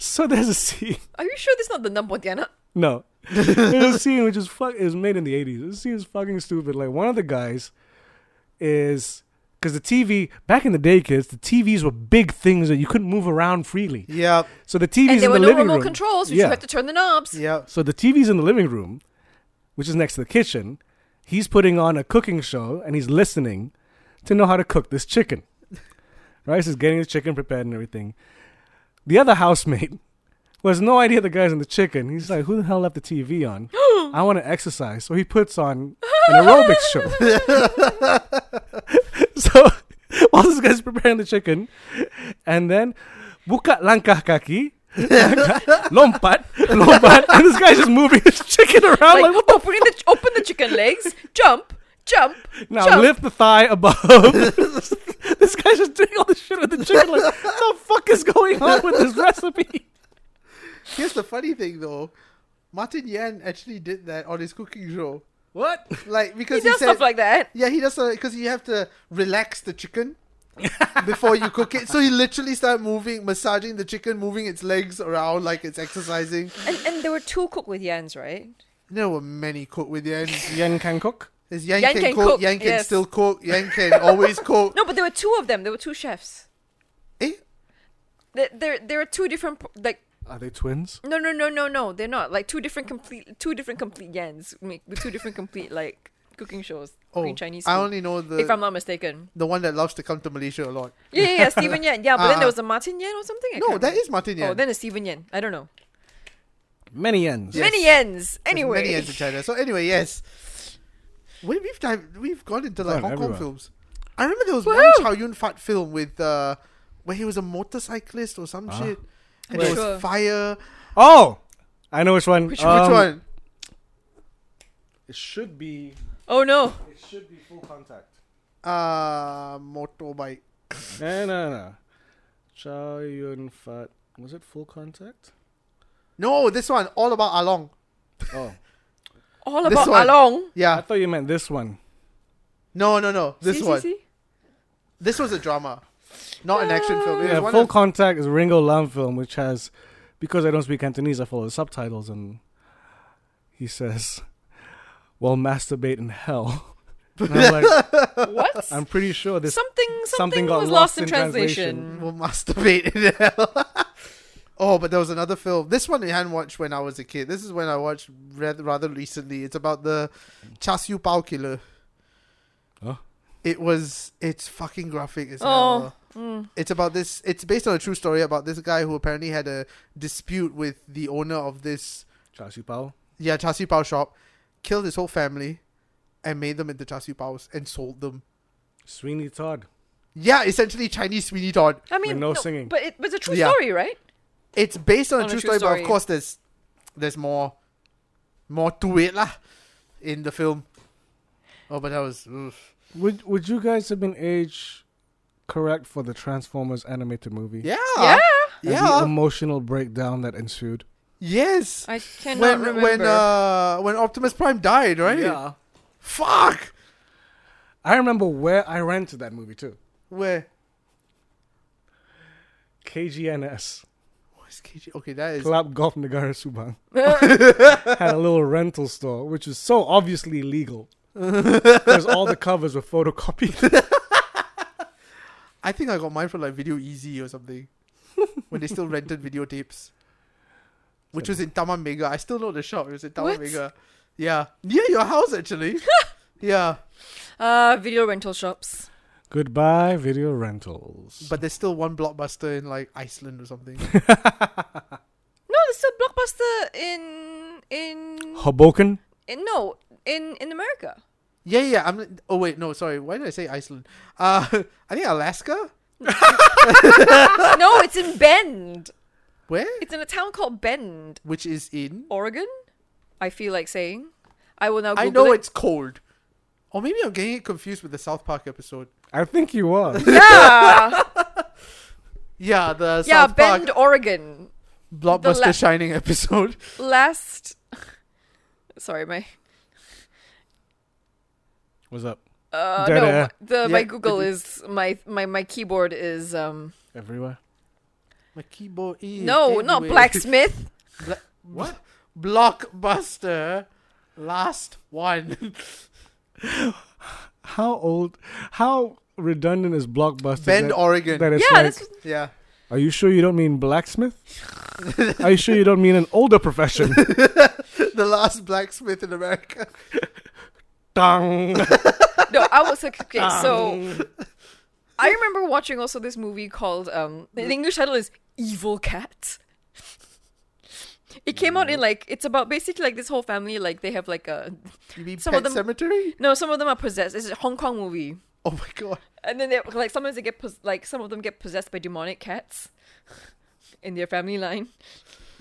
So there's a scene
Are you sure this is not the numb Pontiana?
No. There's a scene which is fuck is made in the eighties. This scene is fucking stupid. Like one of the guys is because the TV back in the day, kids, the TVs were big things that you couldn't move around freely.
Yeah,
So the TVs
And there
in
were
the
no
living
remote
room.
controls, which
yeah.
you have to turn the knobs.
yeah.
So the TV's in the living room, which is next to the kitchen. He's putting on a cooking show and he's listening to know how to cook this chicken. Rice is getting his chicken prepared and everything. The other housemate who has no idea the guy's in the chicken. He's like, who the hell left the TV on? I want to exercise. So he puts on an aerobics show. so while this guy's preparing the chicken, and then buka langkah kaki. lompat, lompat, and this guy's just moving his chicken around like,
like,
what
open, the, open the chicken legs, jump, jump,
Now
jump.
lift the thigh above. this guy's just doing all this shit with the chicken. Like, what the fuck is going on with this recipe?
Here's the funny thing though, Martin Yan actually did that on his cooking show.
What?
Like
He
because he,
does
said,
stuff like that.
yeah, he does because you have to relax the chicken before you cook it. So he literally started moving, massaging the chicken, moving its legs around like it's exercising.
And, and there were two cook with Yans, right?
There were many cook with Yan.
Yan can cook.
There's Yan,
Yan
can,
can
cook,
cook,
Yan can
yes.
still cook, Yan can always cook.
No, but there were two of them. There were two chefs.
Eh?
There, there, there are two different p- like
Are they twins?
no, no, no, no, no. They're not like two different complete, two different complete Yans make with two different complete like cooking shows.
Oh,
cooking Chinese.
I
food,
only know
if I'm
the
not mistaken.
the one that loves to come to Malaysia a lot.
Yeah, yeah, yeah Stephen Yan. Yeah, but then there
Uh,
was a Martin Yan or something. I
No,
can't
that
remember.
is Martin Yan.
Oh, then a Stephen Yan. I don't know.
Many yens.
Yes.
Many Yans.
There's
Anyway,
many ends in China. So anyway, yes, we, we've time, we've gone into like
Gone
Hong
everywhere.
Kong films. I remember there was
Woohoo!
one Chow Yun Fat film with uh, where he was a motorcyclist or some
Ah.
shit, and
Wait.
there was
Sure.
fire.
Oh, I know which one. Um,
Which-
Which one?
It should be.
oh no,
It should be full contact.
Uh, motorbike.
No, no, no. Chow Yun Fat. Was it full contact?
No, this one all about Ah Along.
Oh,
all
This
about
one.
Along.
I
Yeah,
thought you meant this one.
no, no, no. This
See, see,
one.
see?
This was a drama, not an action film. It was
Yeah,
one
full
of-
contact is a Ringo Lam film, which has because I don't speak Cantonese, I follow the subtitles, and he says, "Well, masturbate in hell." And I'm like,
What?
I'm pretty sure this.
something, something,
something got
was
lost
lost in,
in
translation.
translation.
will masturbate in hell. oh, but there was another film. This one I hadn't watched when I was a kid. This is when I watched rather, rather recently. It's about the Char Siu Pao killer.
Huh?
It was. It's fucking graphic as
Oh,
hell. It's about this. It's based on a true story about this guy who apparently had a dispute with the owner of this
Char Siew Pao.
yeah Char Siu Pao shop, killed his whole family, and made them into Char Siu Pao's and sold them.
Sweeney Todd.
Yeah, essentially Chinese Sweeney Todd.
I mean,
no singing.
but it was a true
Yeah.
story, right?
it's based on,
On
a true, story, but
story.
of course there's there's more more to it lah in the film. Oh, but that was oof.
Would Would you guys have been age correct for the Transformers animated movie?
yeah,
yeah,
And
yeah.
The emotional breakdown that ensued.
yes.
I cannot
When
remember.
when uh when Optimus Prime died, right? Fuck.
I remember where I rented that movie too.
Where?
KGNS.
What's KG? Okay, that is.
Club Golf Nagara Subang had a little rental store, which was so obviously illegal because all the covers were photocopied.
I think I got mine from like Video Easy or something, when they still rented videotapes, which was in Taman Mega. I still know the shop. It was in Taman
What?
Mega. Yeah, near your house actually. yeah.
uh, video rental shops.
Goodbye, video rentals.
But there's still one blockbuster in like Iceland or something.
No, there's still blockbuster in in,
Hoboken.
in no in in America.
yeah, yeah. I'm. Oh wait, no, sorry. Why did I say Iceland? Uh, I think Alaska.
no, it's in Bend.
Where?
It's in a town called Bend,
Which is in?
Oregon. I feel like saying. I will now. Google
I know
it.
it's cold. Or maybe I'm getting it confused with the South Park episode.
I think you are.
Yeah,
Yeah, the
yeah,
South
Bend,
Park
Oregon.
blockbuster
the la-
shining episode.
Last. Sorry, my
What's up?
uh
Dead
no,
air.
the my
Yeah,
Google
it-
is my my my keyboard is um
Everywhere.
My keyboard is
no not
anyway.
blacksmith.
Bla- what? Blockbuster. Last one.
How old? How redundant is Blockbuster?
Bend,
that-
Oregon.
that it's
yeah,
like,
that's
yeah.
are you sure you don't mean blacksmith? are you sure you don't mean an older profession?
The last blacksmith in America.
Dang. Um,
No, I was like, okay, so I remember watching also this movie called um the English title is Evil Cats. It came out
Mm.
in like it's about basically like this whole family like they have like a
You mean
Some
Pet
of them-
Cemetery?
no some of them are possessed. It's a Hong Kong movie,
Oh my god.
and then they like sometimes they get pos- like some of them get possessed by demonic cats in their family line,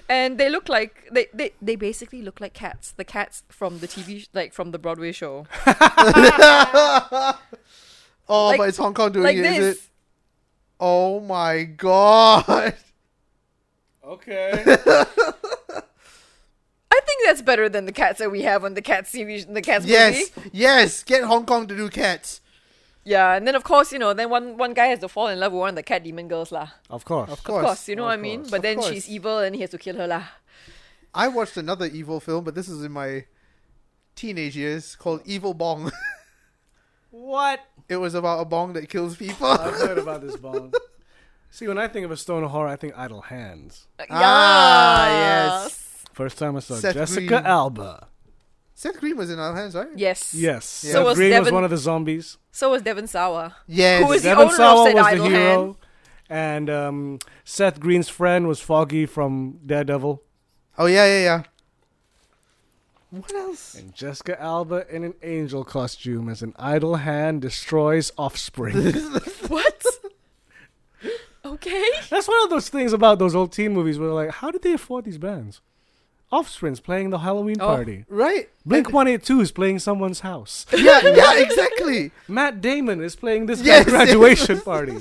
and they look like they they they basically look like cats. The cats from the TV sh- like from the Broadway show.
Oh,
Like-
but it's Hong Kong doing
like
it, is
this.
it? Oh my god.
Okay.
I think that's better than the cats that we have on the cats TV, sh- the cats movie.
Yes, yes. Get Hong Kong to do cats.
Yeah, and then of course you know, then one one guy has to fall in love with one of the cat demon girls lah.
of course.
Of
Of
course.
course, you know
of
what I mean.
course,
But
of
then
course.
she's evil, and he has to kill her lah.
I watched another evil film, but this is in my teenage years called Evil Bong.
What?
it was about a bong that kills people.
I've heard about this bomb. See, when I think of a stone horror, I think Idle Hands.
Ah, yes.
First time I saw
Seth
Jessica
Green.
Alba.
Seth Green was in our hands, right?
Yes.
Yes.
So
Seth
was
Green was
Devon-
one of the zombies.
So was Devon Sawa.
Yes.
Who is The
Devon
owner of
Sawa
said
was the
Idle Hand.
hero. And um, Seth Green's friend was Foggy from Daredevil.
oh yeah, yeah, yeah. What else?
And Jessica Alba in an angel costume as an idle hand destroys offspring.
What? okay.
That's one of those things about those old teen movies where like, how did they afford these bands? Offspring's playing the Halloween
Oh.
party.
Right?
Blink One Eight Two is playing someone's house.
Yeah, yeah, exactly.
Matt Damon is playing this
Yes.
guy's graduation party.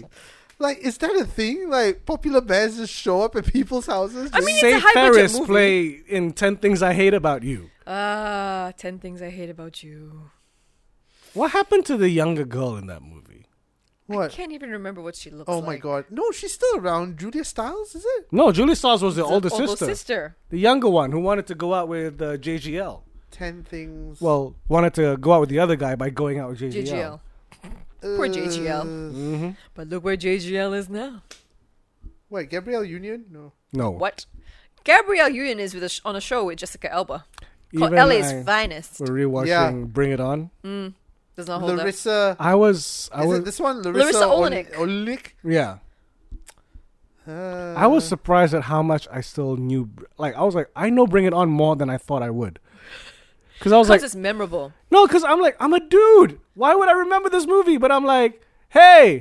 Like, is that a thing? Like, popular bands just show up at people's houses?
I mean, it's a
Say
high-budget
Ferris
movie.
play in Ten Things I Hate About You.
Ah, ten things I hate about you.
What happened to the younger girl in that movie?
I
what?
can't even remember what she looks
Oh
like.
my god. No, she's still around. Julia Stiles, is it?
No, Julie Stiles was the older
Older
sister,
Oh, sister.
the younger one who wanted to go out with uh, JGL.
Ten things.
Well, wanted to go out with the other guy by going out with JGL.
JGL.
Uh,
Poor JGL.
Mm-hmm.
But look where JGL is now.
Wait, Gabrielle Union? No.
No,
What? Gabrielle Union is with a sh- on a show with Jessica Alba called
Even
LA's
I-
Finest.
We're rewatching
Yeah.
Bring It On.
Does not hold up.
Larissa.
I was, I
is
was,
it this one?
Larissa
Larissa,
Olnick.
Olnick.
yeah.
Uh,
I was surprised at how much I still knew. Like, I was like, I know Bring It On more than I thought I would. Because I was
Because
like,
it's memorable.
No, because I'm like, I'm a dude. Why would I remember this movie? But I'm like, hey,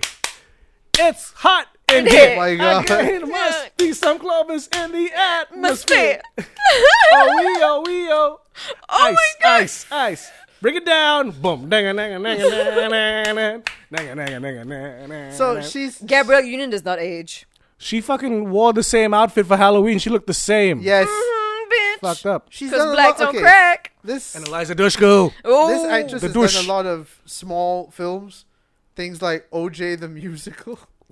it's hot in
Oh
here.
my
I
god.
It must be some Clovis in the
Must
atmosphere.
be.
oh, we, oh, we, oh.
Oh
ice,
my God.
ice, ice. Bring it down. Boom. Dang, dang, dang, dang, dang, dang, dang, dang, dang, dang, dang.
So she's.
Gabrielle Union does not age.
she fucking wore the same outfit for Halloween. She looked the same.
Yes.
Mm, bitch.
Fucked up.
She's done
Because
a
blacks
lot.
don't
Okay.
crack.
This.
And Eliza Dushku.
Oh,
This actress
The
has
douche.
done a lot of small films, things like OJ the Musical,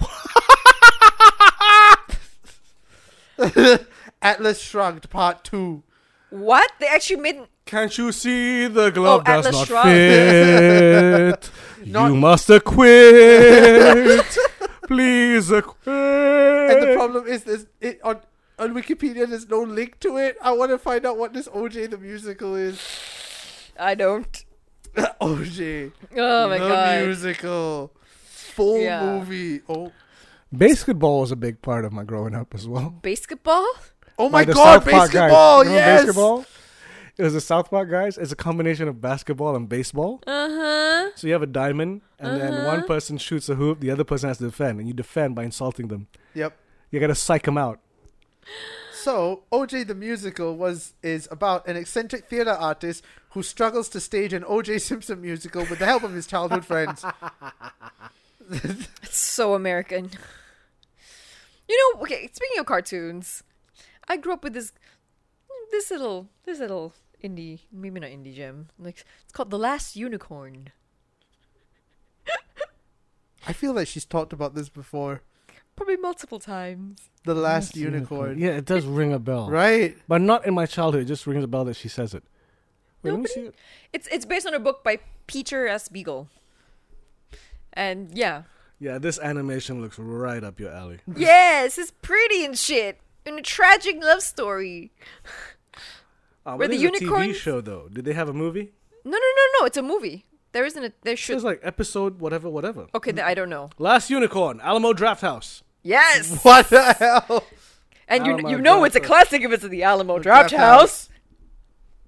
Atlas Shrugged Part Two.
what? They actually made.
Can't you see the glove
Oh,
does
Atlas
not
Shrugged.
fit?
Not-
you must acquit. Please acquit.
And the problem is, there's it on on Wikipedia. There's no link to it. I want to find out what this OJ the Musical is.
I don't.
OJ
Oh my
the
god.
Musical, full
Yeah.
movie. Oh,
Basketball was a big part of my growing up as well.
Basketball?
oh
By
my
the
God!
South Park guys.
Basketball,
Remember
yes.
Basketball? It was the South Park guys. It's a combination of basketball and baseball.
Uh huh.
So you have a diamond, and then
Uh-huh.
one person shoots a hoop, the other person has to defend, and you defend by insulting them.
Yep.
You gotta psych them out.
So, OJ the musical was is about an eccentric theater artist who struggles to stage an OJ Simpson musical with the help of his childhood friends.
It's so American. You know, okay, speaking of cartoons, I grew up with this this little this little indie maybe not indie gem. Like it's called The Last Unicorn.
I feel like she's talked about this before.
Probably multiple times.
The last unicorn.
Yeah, it does ring a bell.
Right?
But not in my childhood. It just rings a bell that she says it. Wait, let me
Nobody-
see it.
It's it's based on a book by Peter S. Beagle. And yeah.
Yeah, this animation looks right up your alley.
Yes, it's pretty and shit. And a tragic love story.
Uh,
Were
what
the
Ah, is
unicorns-
TV show though? Did they have a movie?
No, no, no, no. It's a movie. There isn't a. There
It
should.
was like episode whatever, whatever.
okay, then I don't know.
Last Unicorn, Alamo Draft House.
Yes,
What the hell?
and you
Alamo
you know it's a
Draft
classic if it's at the Alamo
Draft
Draft House.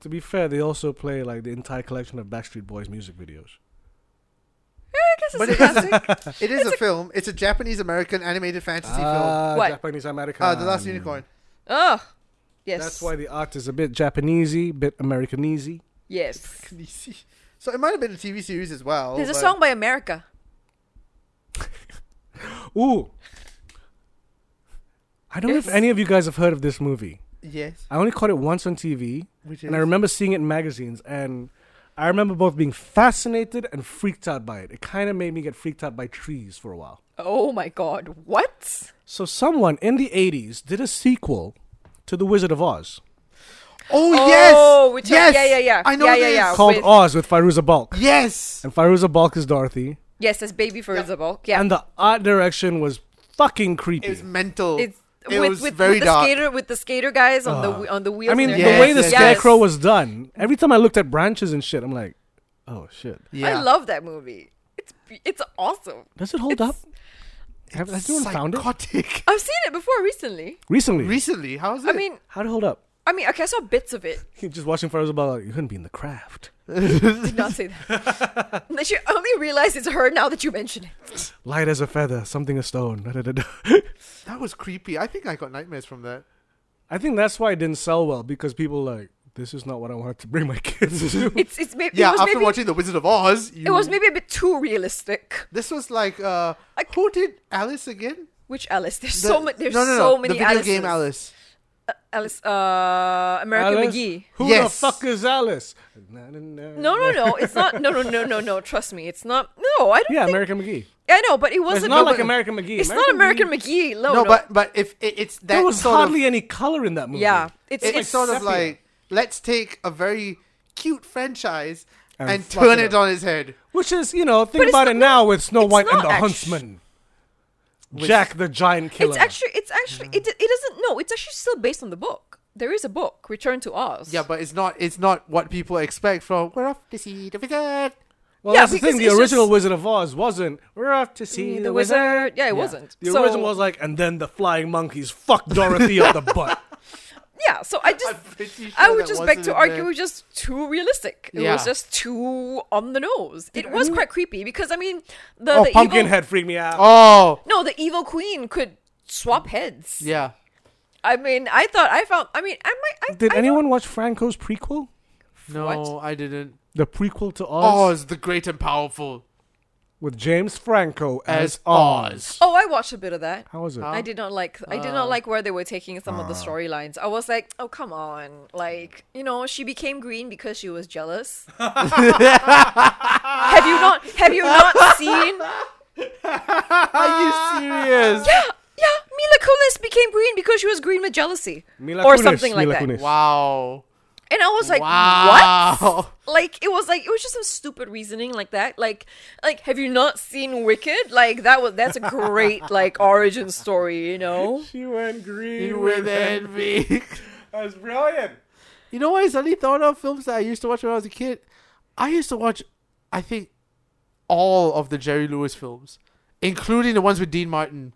To be fair, they also play like the entire collection of Backstreet Boys music videos.
Yeah, I guess it's
But
a
it is
classic.
a, it is a film. It's a Japanese American animated fantasy film.
Ah,
What?
Japanese American.
Uh, the Last Unicorn.
Ugh. Yes.
That's why the art is a bit Japanesey, bit Americanesey.
Yes.
So it might have been a TV series as well.
There's a
but-
song by America.
Ooh. I don't know
It's-
if any of you guys have heard of this movie.
Yes.
I only caught it once on TV,
Which
and I
is?
remember seeing it in magazines. And I remember both being fascinated and freaked out by it. It kind of made me get freaked out by trees for a while.
Oh my god. What?
So someone in the '80s did a sequel to The Wizard of Oz
Oh,
Oh,
yes.
we're talking-
yes.
yeah, yeah, yeah.
I know
Yeah, yeah,
this.
yeah.
called
With-
Oz with Firuza Balk,
Yes.
and Firuza Balk is Dorothy.
Yes, that's Baby for Isabel. Yeah.
And the art direction was fucking
It
creepy.
was mental.
it's
it
with,
was
with,
very
with the
dark.
skater with the skater guys on the the on the wheels.
I mean,
and
the
everything.
way the
Yes, yes,
scarecrow
Yes.
was done. Every time I looked at branches and shit, I'm like, oh shit.
Yeah.
I love that movie. It's be- it's awesome.
Does it hold up? Have, has anyone found it
Psychotic.
I've seen it before recently.
recently?
Recently, how's it?
I mean,
How to hold up?
I mean, okay, I saw bits of it.
Keep just watching Fires about like, you couldn't be in the craft.
Did not say that. And I should only realize it's her now that you mention it.
Light as a feather, something a stone. da, da, da, da.
that was creepy. I think I got nightmares from that.
I think that's why it didn't sell well because people like this is not what I wanted to bring my kids to.
It's it's maybe
Yeah,
it was
after
maybe,
watching The Wizard of Oz, you,
it was maybe a bit too realistic.
this was like uh,
Like-
who did Alice again?
Which Alice? There's
The-
so many. There's
no, no, no,
so many
The video
Alices.
game Alice.
Uh, Alice. Uh, American
Alice?
McGee.
Who
Yes.
the fuck is Alice? Na, na, na,
No, no,
na.
no. It's not. No, no, no, no, no. Trust me, it's not. No, I don't.
Yeah,
think,
American McGee.
I know, but it wasn't.
It's not like
but-
American McGee.
It's not American McGee. No,
No, but but if it, it's that
There was
sort
hardly
of,
any color in that movie.
yeah, it's
it-
it's,
it's sort of
sepia.
like let's take a very cute franchise
And
and,
fuck
turn
it
it on its head.
Which is, you know,
But
think
it's
about
not-
it now with Snow
it's
White and
not
the
actu-
Huntsman. Jack the Giant Killer.
It's actually, it's actually, it, it doesn't. No, it's actually still based on the book. There is a book, Return to Oz.
Yeah, but it's not it's not what people expect from we're off to see the wizard.
well,
yeah,
that's the
because
thing.
it's
The
just- Mm,
original Wizard of Oz wasn't. We're off to see
the,
the,
wizard.
wizard.
Yeah, it wasn't.
The
so,
original was like, and then the flying monkeys fucked Dorothy up the butt.
yeah. So I just,
I'm pretty sure
I would
that
just beg
wasn't
to
in
argue
there.
it was just too realistic. It
Yeah.
was just too on the nose. It was quite creepy because I mean, the,
Oh,
the evil,
Pumpkinhead freaked me out.
Oh
No, the evil queen could swap heads.
yeah.
I mean, I thought I found. I mean, I might. I,
Did
I
anyone watch Franco's prequel?
No,
What?
I didn't.
The prequel to Oz
Oh.
Oz the Great and Powerful
with James Franco as,
as Oz.
Oh, I watched a bit of that.
How was it?
I did not like. I did
Oh.
not like where they were taking some of the storylines. I was like, oh come on, like you know, she became green because she was jealous. have you not? Have you not seen?
Are you serious?
Yeah, yeah. Mila Kunis became green because she was green with jealousy,
Mila
or
Kunis,
something like
Mila
that.
Kunis.
Wow.
And I was like,
wow.
what? Like it was like it was just some stupid reasoning like that. Like like have you not seen Wicked? Like that was that's a great like origin story, you know.
She went green
You with envy.
That's brilliant.
You know what I suddenly thought of films that I used to watch when I was a kid? I used to watch, I think, all of the Jerry Lewis films, including the ones with Dean Martin.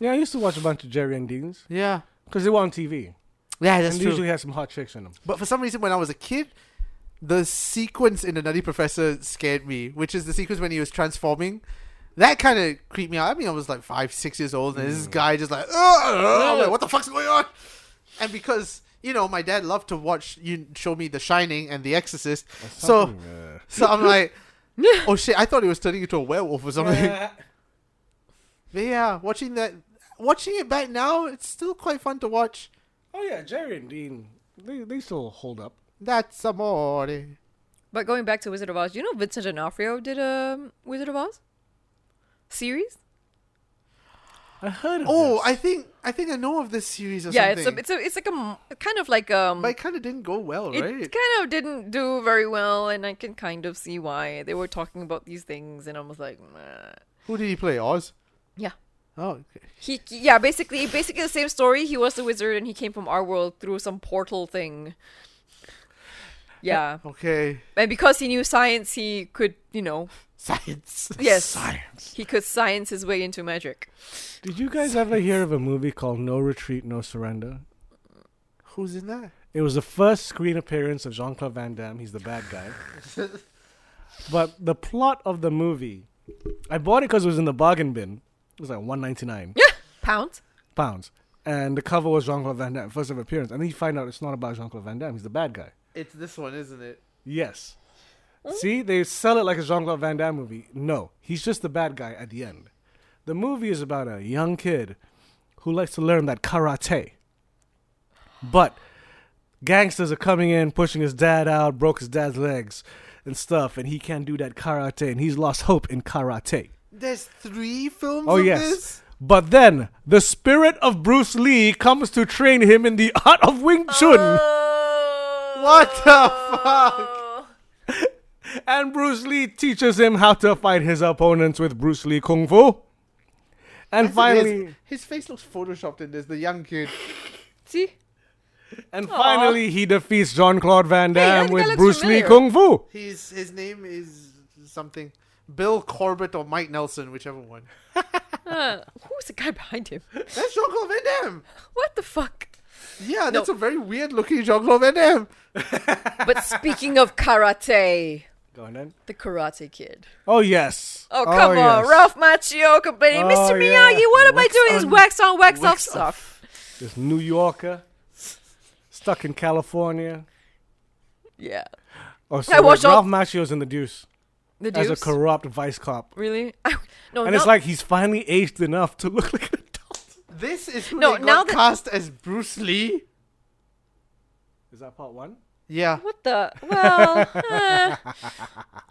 Yeah, I used to watch a bunch of Jerry and Dean's
Yeah.
because they were on TV.
Yeah, that's
and
true.
usually had some hot chicks in them.
But for some reason, when I was a kid, the sequence in The Nutty Professor scared me, which is the sequence when he was transforming. That kind of creeped me out. I mean, I was like five, six years old, and this guy just like, "Ugh, ugh," I'm like, what the fuck's going on? And because, you know, my dad loved to watch, you show me The Shining and The Exorcist. So, so I'm like, oh shit, I thought he was turning into a werewolf or something.
Uh,
But yeah, watching that, watching it back now, it's still quite fun to watch.
Oh yeah, Jerry and Dean, they they still hold up.
That's amore.
But going back to Wizard of Oz, you know Vincent D'Onofrio did a Wizard of Oz series.
I heard of
Oh, I think I think I know of this series or
yeah, it's a
something.
it's a it's like a m- kind of like um.
but it kind of didn't go well,
it
right?
kind of didn't do very well, and I can kind of see why they were talking about these things, and I was like, Meh.
Who did he play? Oz.
yeah,
Oh, okay.
He, he- yeah, basically, basically the same story. He was the wizard, and he came from our world through some portal thing. Yeah.
Okay.
And because he knew science, he could, you know,
Science.
Yes.
Science.
he could science his way into magic.
Did you guys ever hear of a movie called No Retreat, No Surrender?
Who's in that?
It was the first screen appearance of Jean Claude Van Damme. He's the bad guy. but the plot of the movie, I bought it because it was in the bargain bin. It was like one ninety nine
Pounds?
pounds, and the cover was Jean Claude Van Damme first of appearance. And then you find out it's not about Jean Claude Van Damme. He's the bad guy.
It's this one, isn't it?
Yes. See, they sell it like a Jean Claude Van Damme movie. No, he's just the bad guy at the end. The movie is about a young kid who likes to learn that karate. But gangsters are coming in, pushing his dad out, broke his dad's legs and stuff, and he can't do that karate, and he's lost hope in karate.
There's three films.
Oh,
of
yes.
This?
But then the spirit of Bruce Lee comes to train him in the art of Wing Chun.
What the
Oh,
fuck?
And Bruce Lee teaches him how to fight his opponents with Bruce Lee Kung Fu. And
Yes,
finally,
his, face looks photoshopped in this. The young kid.
See?
and finally, he defeats Jean Claude Van Damme
that guy
with
looks
Bruce Lee
familiar.
Kung Fu.
He's his name is something. Bill Corbett or Mike Nelson, whichever one.
Uh, who's the guy behind him?
That's Jean Claude Van Damme.
What the fuck?
Yeah, that's a very weird looking Jean Claude Van Damme.
But speaking of karate,
Go on then.
the Karate Kid.
Oh yes.
Oh come on,
yes.
Ralph Macchio company,
Oh,
Mr.
yeah.
Miyagi. What am I
Wax
doing? this
on,
wax on, wax, off
wax
stuff.
This New Yorker stuck in California.
Yeah,
Oh,
I
so wait,
watched all-
Ralph Macchio's in the Deuce,
the
as a
Deuce.
corrupt vice cop,
really? no,
and
now,
it's like he's finally aged enough to look like an adult.
This is who
No,
they got
now that-
cast as Bruce Lee.
Is that part one?
Yeah.
what the? Well, eh.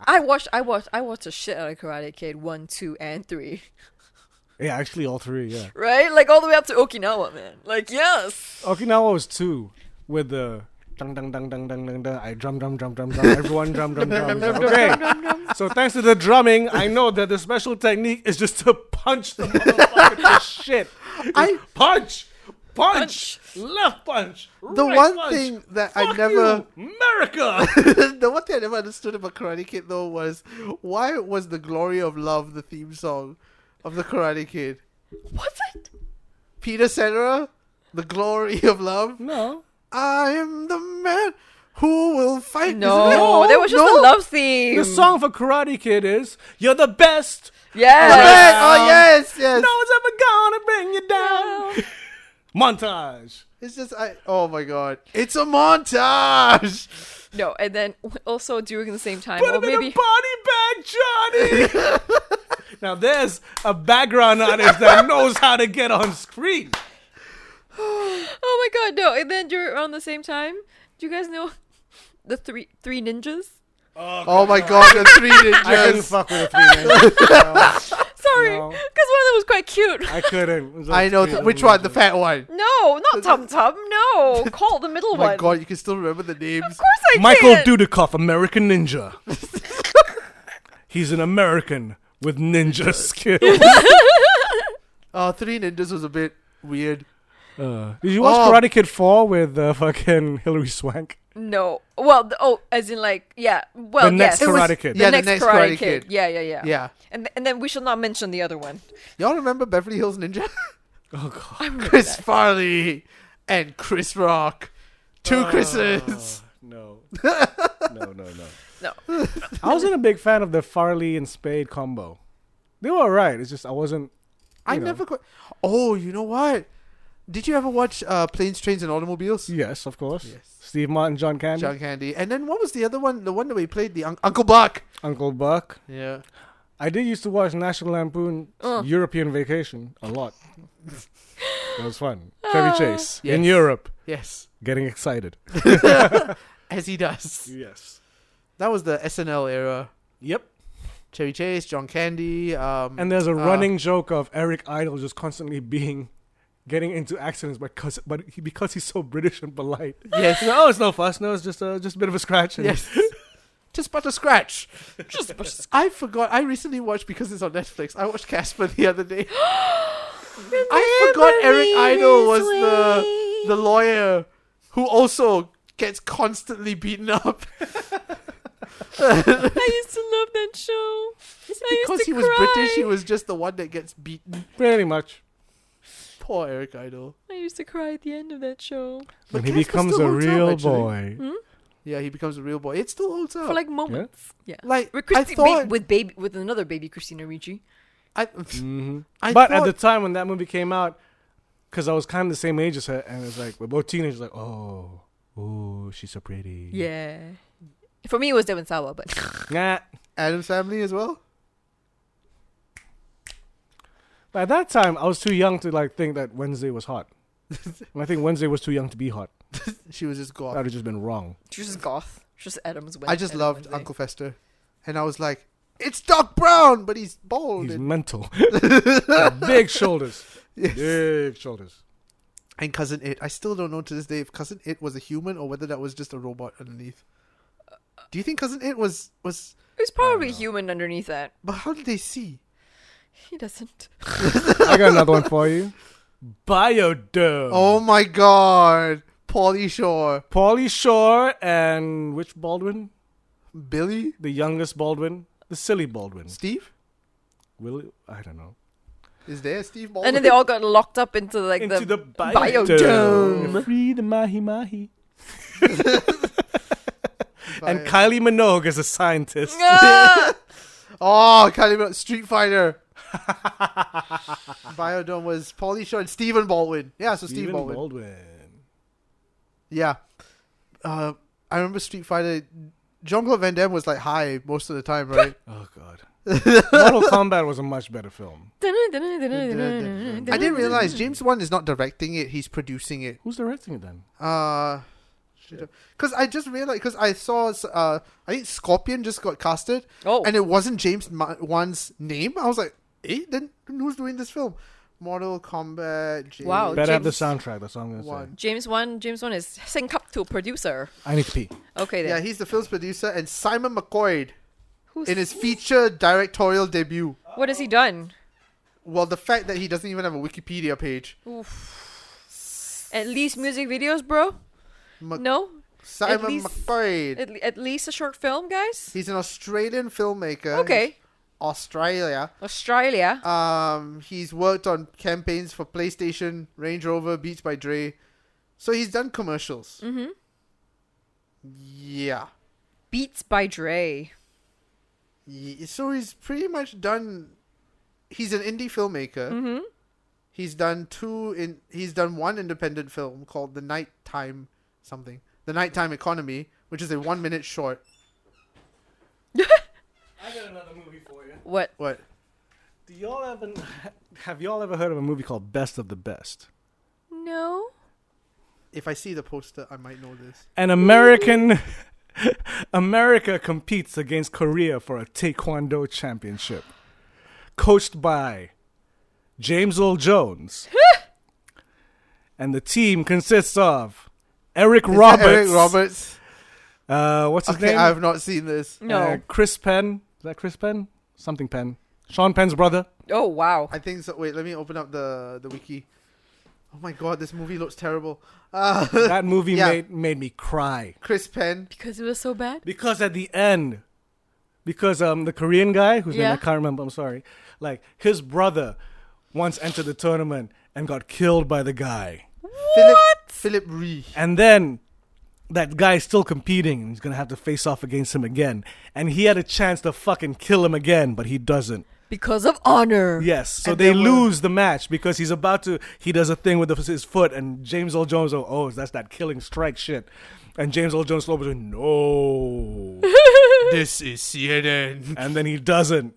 I watched, I watched, I watched a shit out of Karate Kid one, two, and three.
Yeah, actually, all three. Yeah.
Right, like all the way up to Okinawa, man. Like yes,
Okinawa was two with the dung dung dung dung dung dung dung. I drum drum drum drum drum. Everyone drum drum drum. okay. So thanks to the drumming, I know that the special technique is just to punch the motherfucker to shit.
I-
punch, punch, left punch.
The
right
one
punch.
thing that I
Fuck
never-
you, America.
the one thing I never understood about Karate Kid though was why was the glory of love the theme song of the Karate Kid?
what's it?
Peter Cetera, the glory of love.
no.
I am the man who will fight.
No,
Isn't it?
there was just a
no?
love theme.
The song for Karate Kid is "You're the best."
yes.
Right, Oh yes,
No
yes.
one's ever gonna bring you down. Montage.
It's just I. Oh my god! It's a montage.
No, and then also during the same time, or
Put him in a
maybe
body bag, Johnny. now there's a background artist that knows how to get on screen.
Oh my god, no! And then during around the same time, do you guys know the three three ninjas?
Oh my god! The three
I couldn't
ninjas.
fuck with the three ninjas. No,
Sorry, because
No.
one of them was quite cute.
I couldn't. It was
I
like
know
three
th-
of
which
them.
one. The fat one.
No, not Tum Tum. No, call the middle
Oh my
one.
god! You can still remember the names.
Of course I
Michael
can.
Dudikoff, American Ninja. He's an American with ninja skills.
Uh, three ninjas was a bit weird.
Uh, did you watch
Oh.
Karate Kid 4 with uh, fucking Hilary Swank?
No, well, th- oh, as in like, yeah, well,
The next
yes.
Karate
It was
Kid.
The,
Yeah,
next Karate, Kid. Yeah, yeah, yeah,
Yeah.
And and then we shall not mention the other one.
Y'all remember Beverly Hills Ninja?
Oh, God.
Chris Farley and Chris Rock. Two
Oh,
Chris's.
No. no, no, no.
No,
I wasn't a big fan of the Farley and Spade combo. They were alright. It's just I wasn't.
I
you know.
never quite. Oh, you know what? Did you ever watch uh, Planes, Trains, and Automobiles?
Yes, of course.
Yes.
Steve Martin, John Candy,
John Candy. And then what was the other one? The one that we played? The un- Uncle Buck.
Uncle Buck.
Yeah.
I did used to watch National Lampoon
Ugh.
European Vacation a lot. that was fun. Chevy Chase in
Yes.
Europe,
Yes.
getting excited.
As he does.
Yes.
That was the SNL era.
Yep. Ah.
Chevy Chase, John Candy. Um,
And there's a
uh,
running joke of Eric Idle just constantly being. Getting into accidents because, but he, because he's so British and polite.
Yes.
No, it's no fuss. No, it's just a just a bit of a scratch. and-
Yes. Just but a scratch. Just but a scratch. I forgot. I recently watched because it's on Netflix. I watched Casper the other day. I forgot Eric Idle was the the lawyer who also gets constantly beaten up.
I used to love that show. I
because
used to
he was
cry.
British, he was just the one that gets beaten.
Pretty much.
Poor Eric Idle.
I used to cry at the end of that show Hmm?
But
When he
Casper
becomes
still
a
holds up,
real
actually.
boy.
Yeah, he becomes a real boy. It still holds up.
for like moments. Yeah,
Like,
with
I
Christi- ba-
thought-
with baby with another baby Christina Ricci.
I,
Mhm.
I
but
thought-
at the time when that movie came out, because I was kind of the same age as her, and it's like we're both teenagers. Like, oh, ooh, she's so pretty.
Yeah, for me it was Devon Sawa, but
Nah.
Adam's family as well.
But at that time, I was too young to like think that Wednesday was hot. and I think Wednesday was too young to be hot.
She was just
That
gone.
would have just been wrong.
she was just goth. She was Adams. Wed-
I just
Adam
loved
Wednesday.
Uncle Fester, and I was like, "It's Doc Brown, but he's bald."
He's
and,
mental. Big shoulders.
Yes.
Big shoulders.
and cousin It. I still don't know to this day if cousin It was a human or whether that was just a robot underneath. Do you think cousin It was was?
It was probably human underneath that.
But how did they see?
He doesn't.
I got another one for you. Biodome.
Oh my god, Paulie Shore,
Paulie Shore and which Baldwin?
Billy,
The youngest Baldwin? The silly Baldwin.
Steve.
Will I don't know.
Is there Steve Baldwin?
And then they all got locked up into like
Into the, biodome.
biodome.
Free the mahi mahi.
By-
And Kylie Minogue is a scientist.
Ah!
oh, can't even Street Fighter. Biodome was Paulie Shore and Stephen Baldwin. Yeah, so Steve
Stephen
Baldwin.
Baldwin.
Yeah. Uh, I remember Street Fighter. Jean Claude Van Damme was like high most of the time, right?
Oh god. Mortal Kombat was a much better film.
I didn't realize James Wan is not directing it; he's producing it.
Who's directing it then?
Uh because I just realized because I saw uh I think Scorpion just got casted,
Oh.
and it wasn't James Ma- Wan's name. I was like, eh, then who's doing this film? Mortal Kombat. Oh, James
Wow.
Better have the
James
soundtrack. That's all I'm gonna
Wan.
James one. James one is sync up to a producer.
say. I need to pee.
Okay then.
Yeah, he's the film's producer, and Simon McCoy
Who's,
in his feature directorial debut.
what has he done?
Well, the fact that he doesn't even have a Wikipedia page.
At least music videos, bro.
Mc-
No,
Simon
least-
McQuaid.
at, at least a short film, guys.
He's an Australian filmmaker.
Okay,
Australia.
Australia.
Um, he's worked on campaigns for PlayStation, Range Rover, Beats by Dre. So he's done commercials. Mm-hmm. Yeah.
Beats by Dre.
Ye- So he's pretty much done. He's an indie filmmaker. Mm-hmm. He's done two in. He's done one independent film called The Nighttime something. The Nighttime Economy, which is a one-minute short.
I got another movie for you.
What?
What?
Do y'all ever have y'all ever heard of a movie called Best of the Best?
No.
If I see the poster, I might know this.
An American America competes against Korea for a Taekwondo championship. Coached by James Earl Jones. and the team consists of Eric
Is that
Roberts.
Eric Roberts.
Uh, what's his
Okay,
name?
I've not seen this.
No.
Uh, Chris Penn. Is that Chris Penn? Something Penn. Sean Penn's brother.
Oh wow.
I think so. Wait, let me open up the the wiki. Oh my god, this movie looks terrible. Uh,
That movie
Yeah.
made made me cry
Chris Penn.
Because it was so bad.
because at the end, because um the Korean guy whose name
Yeah.
I can't remember. I'm sorry. Like his brother once entered the tournament and got killed by the guy,
Philip Philip Ree.
and then that guy is still competing and he's gonna have to face off against him again. And he had a chance to fucking kill him again, but he doesn't.
Because of honor.
Yes, so
And
they
there were-
lose the match because he's about to. He does a thing with the- his foot, and James Earl Jones. Oh, oh, that's that killing strike shit. And James Earl Jones Lopez, no,
This is CNN.
and then he doesn't.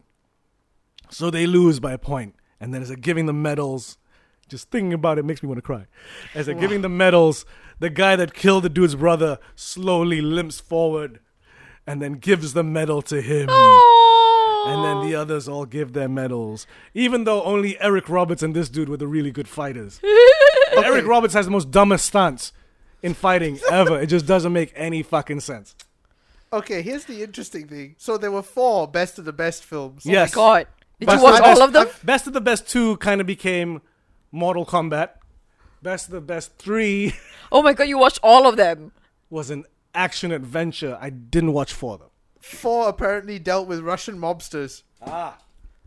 So they lose by a point, and then as they're giving the medals, just thinking about it makes me want to cry. As they're giving the medals, the guy that killed the dude's brother slowly limps forward, and then gives the medal to him. And then the others all give their medals, even though only Eric Roberts and this dude were the really good fighters. Eric Roberts has the most dumbest stunts in fighting ever. it just doesn't make any fucking sense.
Okay, here's the interesting thing. So there were four best of the best films.
yes,
God. Did
Best
you watch
of the
all
Best-
of them?
Best of the Best two kind of became Mortal Kombat. Best of the Best three
Oh my god, you watched all of them.
was an action adventure. I didn't watch four though.
Four apparently dealt with Russian mobsters.
Ah.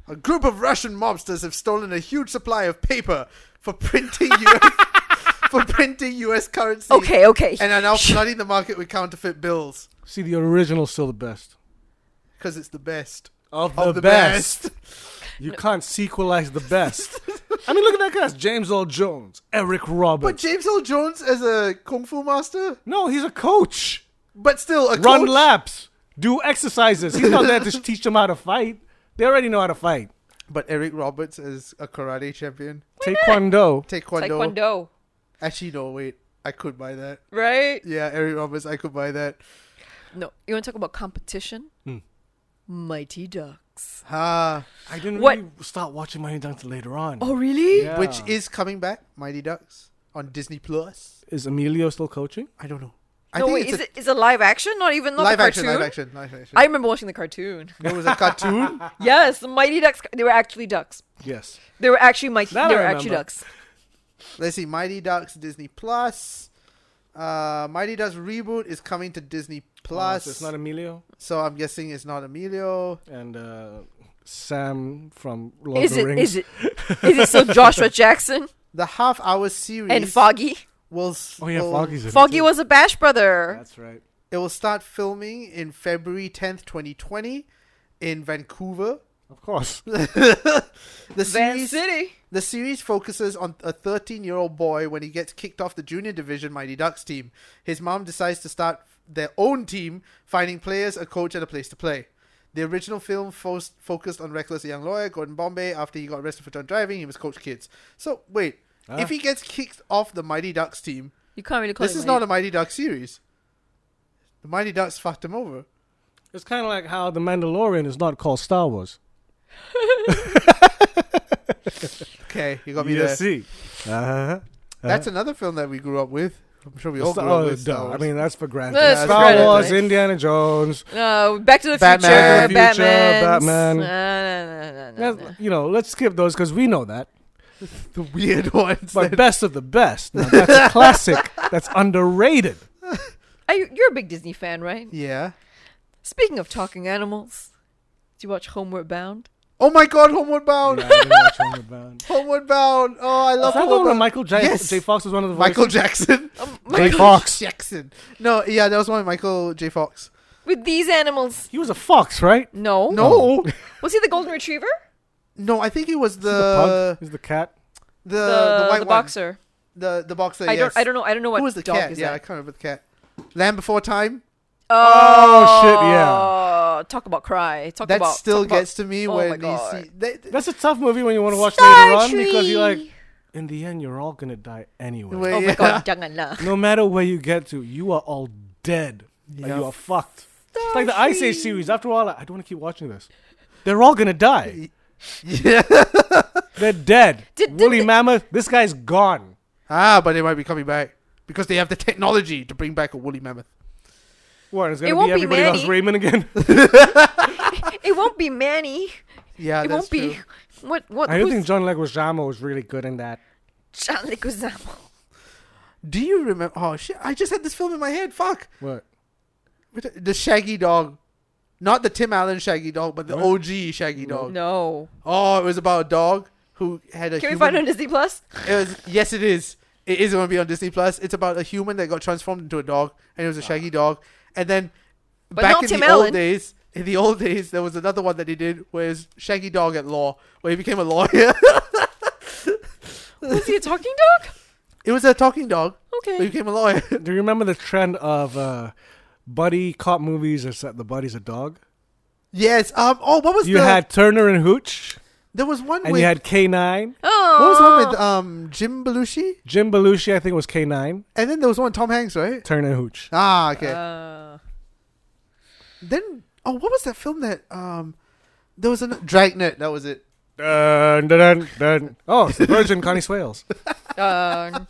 A group of Russian mobsters have stolen a huge supply of paper for printing US, for printing US currency.
Okay, okay.
And are now flooding the market with counterfeit bills
See, the original's still the best.
because it's the best
Of
of the best.
You can't sequelize the best. I mean, look at that cast. James Earl Jones, Eric
But
Roberts.
James Earl Jones as a kung fu master,
no, he's a coach.
but still a
Run
coach.
laps. Do exercises. He's not there to teach them how to fight. They already know how to fight.
But Eric Roberts is a karate champion.
Taekwondo.
Taekwondo.
Taekwondo.
Actually, no, wait. I could buy that.
Right?
Yeah, Eric Roberts, I could buy that.
No. You want to talk about competition?
Hmm.
Mighty Ducks.
Ha.
I didn't
What-
really start watching Mighty Ducks till later on.
Oh, really?
Yeah.
Which is coming back, Mighty Ducks, on Disney Plus.
Is Emilio still coaching?
I don't know. I
no,
think
wait,
it's
is
a
it is it live action? Not even not
live
the
action,
cartoon.
live action, live action.
I remember watching the cartoon.
There was a cartoon.
yes, the Mighty Ducks. They were actually ducks.
Yes.
They were actually mighty.
That I
they were actually
remember.
ducks.
Let's see, Mighty Ducks Disney Plus. Uh, Mighty Ducks reboot is coming to Disney Plus.
Oh, so it's not Emilio
so I'm guessing it's not Emilio.
and uh, Sam from Lord
Is
of the
it?
Rings.
Is it? Is it still Joshua Jackson
The half hour series
and Foggy?
will s-
Oh yeah,
will-
Foggy's in it
Foggy
too.
was a Bash brother.
That's right.
It will start filming in February 10th, 2020 in Vancouver.
Of course.
The
Van
series,
City.
the series focuses on a 13 year old boy when he gets kicked off the junior division Mighty Ducks team. His mom decides to start their own team, finding players, a coach, and a place to play. The original film fo- focused on reckless young lawyer Gordon Bombay. After he got arrested for drunk driving, he was coach kids. So, wait,
Ah.
if he gets kicked off the Mighty Ducks team,
You can't really call
this
it
is
Mighty
not a Mighty Ducks series. The Mighty Ducks fucked him over.
It's kind of like how The Mandalorian is not called Star Wars.
Okay, you got me there.
see. Uh-huh.
That's another film that we grew up with. I'm sure we all grew
oh,
up with. Star
duh. I
Wars.
mean, that's for granted.
That's
Star
for granted,
Wars,
right?
Indiana Jones.
No, Back to the
Batman.
Future,
Back to the
Batman,
Future, Batman.
Nah, nah, nah, nah, nah, nah.
That's- You know, let's skip those because we know that.
the weird ones.
But
that-
best of the best. Now, that's a classic. That's underrated.
Are you, you're a big Disney fan, right?
yeah.
Speaking of talking animals, do you watch Homeward Bound?
Oh my God, Homeward Bound.
Yeah, I didn't watch Homeward Bound.
Homeward Bound. Oh, I
Is
love
that the
Homeward
one where
Bound.
Michael J.
Yes.
J. Fox was one of the
Michael
voices?
Jackson.
Oh my
J.
God.
Fox.
Jackson. No, yeah, that was one with Michael J. Fox.
With these animals?
He was a fox, right? Oh.
No.
No,
Was he the golden retriever?
no, I think it was
the
the
pug. He's the cat.
the,
The,
Uh, the white
the
one.
boxer.
The the boxer.
I
yes.
don't. I don't know. I don't know what
Who was the
dog
cat?
is
Yeah, I
that.
can't remember the cat. Land Before Time.
Oh, shit, yeah.
Oh, Talk about cry. Talk
That
about.
still
talk about-
gets to me
Oh my
when you
God.
see. They,
That's a tough movie when you want to watch later on because you're like, in the end, you're all gonna die anyway.
Wait.
Oh
Yeah.
my god, janganlah.
No matter where you get to, you are all dead. Like,
Yeah.
you are fucked. It's like the Ice Age series. After a while, I don't want to keep watching this. They're all gonna die.
yeah.
They're dead.
Did- did
Woolly
they-
Mammoth. This guy's gone.
Ah, but they might be coming back because they have the technology to bring back a woolly mammoth.
What? It's
It
gonna
won't be
be everybody else
Manny.
Raymond again.
It won't be Manny.
Yeah,
it
Ah, that's
won't be.
true.
What? What?
I don't think
who's
John Leguizamo was really good in that.
John Leguizamo?
Do you remember? Oh shit! I just had this film in my head. Fuck.
What?
With The Shaggy Dog, not the Tim Allen Shaggy Dog, but the OG Shaggy Dog.
No.
Oh, it was about a dog who had a.
Can we
human-
find it on Disney Plus?
It was, yes, it is. It is going to be on Disney Plus. It's about a human that got transformed into a dog, and it was a
Ah.
Shaggy Dog. And then back
not
in
Tim
the
Allen.
old days, in the old days, there was another one that he did where it was Shaggy Dog at Law, where he became a lawyer.
Was he a talking dog?
it was a talking dog. But he
Okay.
became a lawyer.
Do you remember the trend of uh, buddy cop movies? Is that the buddy's a dog?
yes. Um. Oh, what was
You
the?
had Turner and Hooch,
there was one
and
with.
you had K nine.
Oh.
what was the one with um Jim Belushi?
Jim Belushi, I think, was K nine.
And then there was one with Tom Hanks, right?
Turner and Hooch.
Ah, okay.
Uh,
then oh, what was that film that um there was a Dragnet? That was it.
Dun, dun, dun, dun. Oh, it's the Virgin Connie Swales.
um,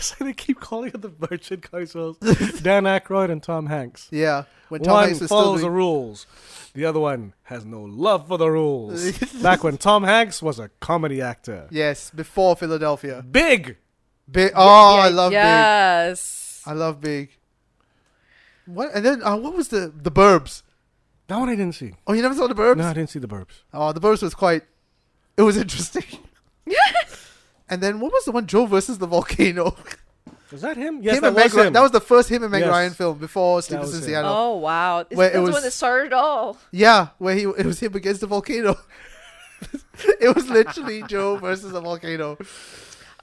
so they keep calling it the Virgin Connie Swales. Dan Aykroyd and Tom Hanks.
Yeah, when Tom
one
Hanks was still
follows the
doing,
rules. The other one has no love for the rules. Back when Tom Hanks was a comedy actor.
yes before Philadelphia.
Big!
Big. Oh,
yeah,
I love Big.
Yes.
I love Big. What and then uh, what was the the Burbs?
That one I didn't see.
Oh, you never saw the Burbs?
No, I didn't see the Burbs.
Oh, the Burbs was quite. It was interesting. and then what was the one Joe versus the volcano?
Was that him? Yes,
him
that
and Meg
was
Ry-
him.
That was the first him and Meg
Yes.
Ryan film before Sleepless
was
in
him.
Seattle.
Oh wow! It's,
Where it
that's the
was-
one that started it all.
Yeah, where he it was him against the volcano. it was literally Joe versus the volcano.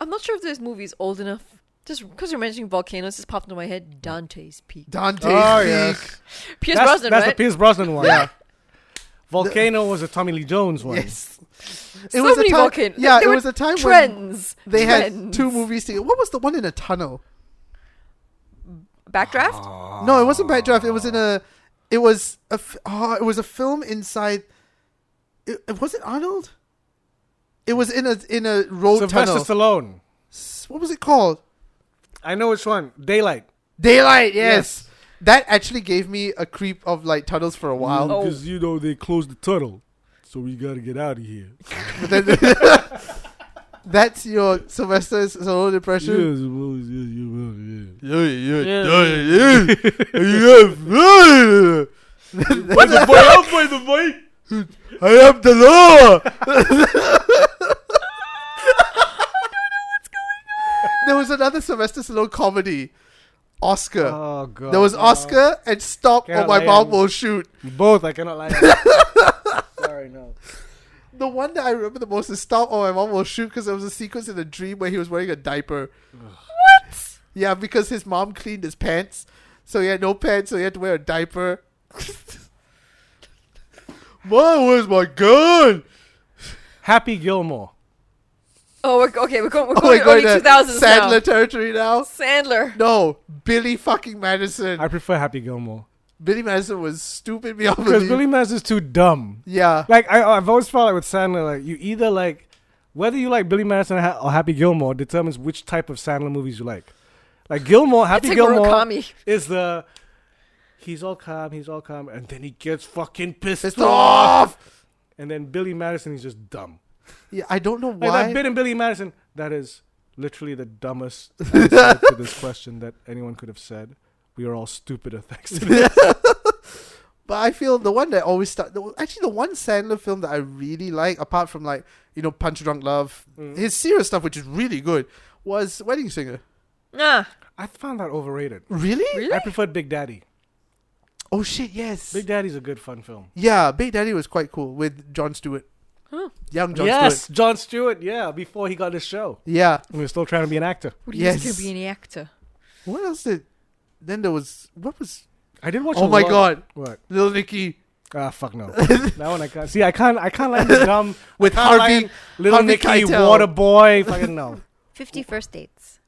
I'm not sure if this movie is old enough. Just because you're mentioning volcanoes, this popped into my head. Dante's Peak.
Dante.
Oh,
Peak.
yes.
Pierce
that's,
Brosnan,
that's
right?
the Pierce Brosnan one.
Yeah.
Volcano was a Tommy Lee Jones one.
Yes. It
so
was
many
a time,
volcanoes.
Yeah,
They
it
were
was a time when
trends.
they had
Trends.
two movies together. What was the one in a tunnel?
Backdraft.
No, it wasn't Backdraft. It was in a. It was a. f- Oh, it was a film inside. It, it- was it Arnold? It was in a in a road
Sylvester
tunnel.
Stallone.
S- what was it called?
I know which one. Daylight.
Daylight. Yes. That actually gave me a creep of like tunnels for a while.
Oh. 'cause,
you know they closed the tunnel, so we gotta get out of here.
But then, that's your Sylvester Stallone impression. Yeah, yeah, yeah, yeah. Yeah.
the boy up, by the boy.
I am the law. There was another Sylvester Stallone comedy, Oscar.
Oh god.
there was Oscar and Stop
Cannot
or My
lie,
Mom
I'm-
Will Shoot.
Both. I cannot lie. Sorry, no.
The one that I remember the most is Stop or My Mom Will Shoot because there was a sequence in a dream where he was wearing a diaper. What? Yeah, because his mom cleaned his pants. So he had no pants, so he had to wear a diaper. Mom, where's my gun?
Happy Gilmore.
Oh, we're, okay, we're going. We're
Oh
going
my
to
god,
early
uh,
2000s
Sandler
now.
territory now.
Sandler.
No, Billy fucking Madison.
I prefer Happy Gilmore
Billy Madison was stupid beyond
because
belief.
Billy Mass is too dumb.
yeah,
Like I, I've always felt like with Sandler, like you either like whether you like Billy Madison or Ha- or Happy Gilmore determines which type of Sandler movies you like. Like Gilmore, Happy
like
Gilmore
Murakami.
is the he's all calm, he's all calm, and then he gets fucking pissed,
pissed
off.
off.
And then Billy Madison, he's just dumb.
Yeah, I don't know
Like that
why.
bit in Billy Madison, that is literally the dumbest answer to this question that anyone could have said. We are all stupider thanks to this.
but I feel the one that always stuck. the- Actually, the one Sandler film that I really like, apart from like you know Punch Drunk Love,
Mm.
his serious stuff, which is really good, was Wedding Singer.
Nah.
I found that overrated.
Really?
Really?
I preferred Big Daddy.
Oh shit! Yes.
Big Daddy's a good fun film.
yeah, Big Daddy was quite cool with John Stewart.
Huh.
Young John
yes,
Stewart.
John Stewart. Yeah, before he got his show,
Yeah.
he was still trying to be an actor.
Would
Yes.
you to be an actor?
What else did? Then there was what was?
I did watch.
Oh
a
my
lot-
god,
What?
Little Nicky.
Ah, fuck no. that one I can't. See, I can't. I can't like the dumb
With
I can't
Harvey-
like Little
Harvey
Nicky,
Keitel.
Water Boy. Fucking no.
Fifty First Dates.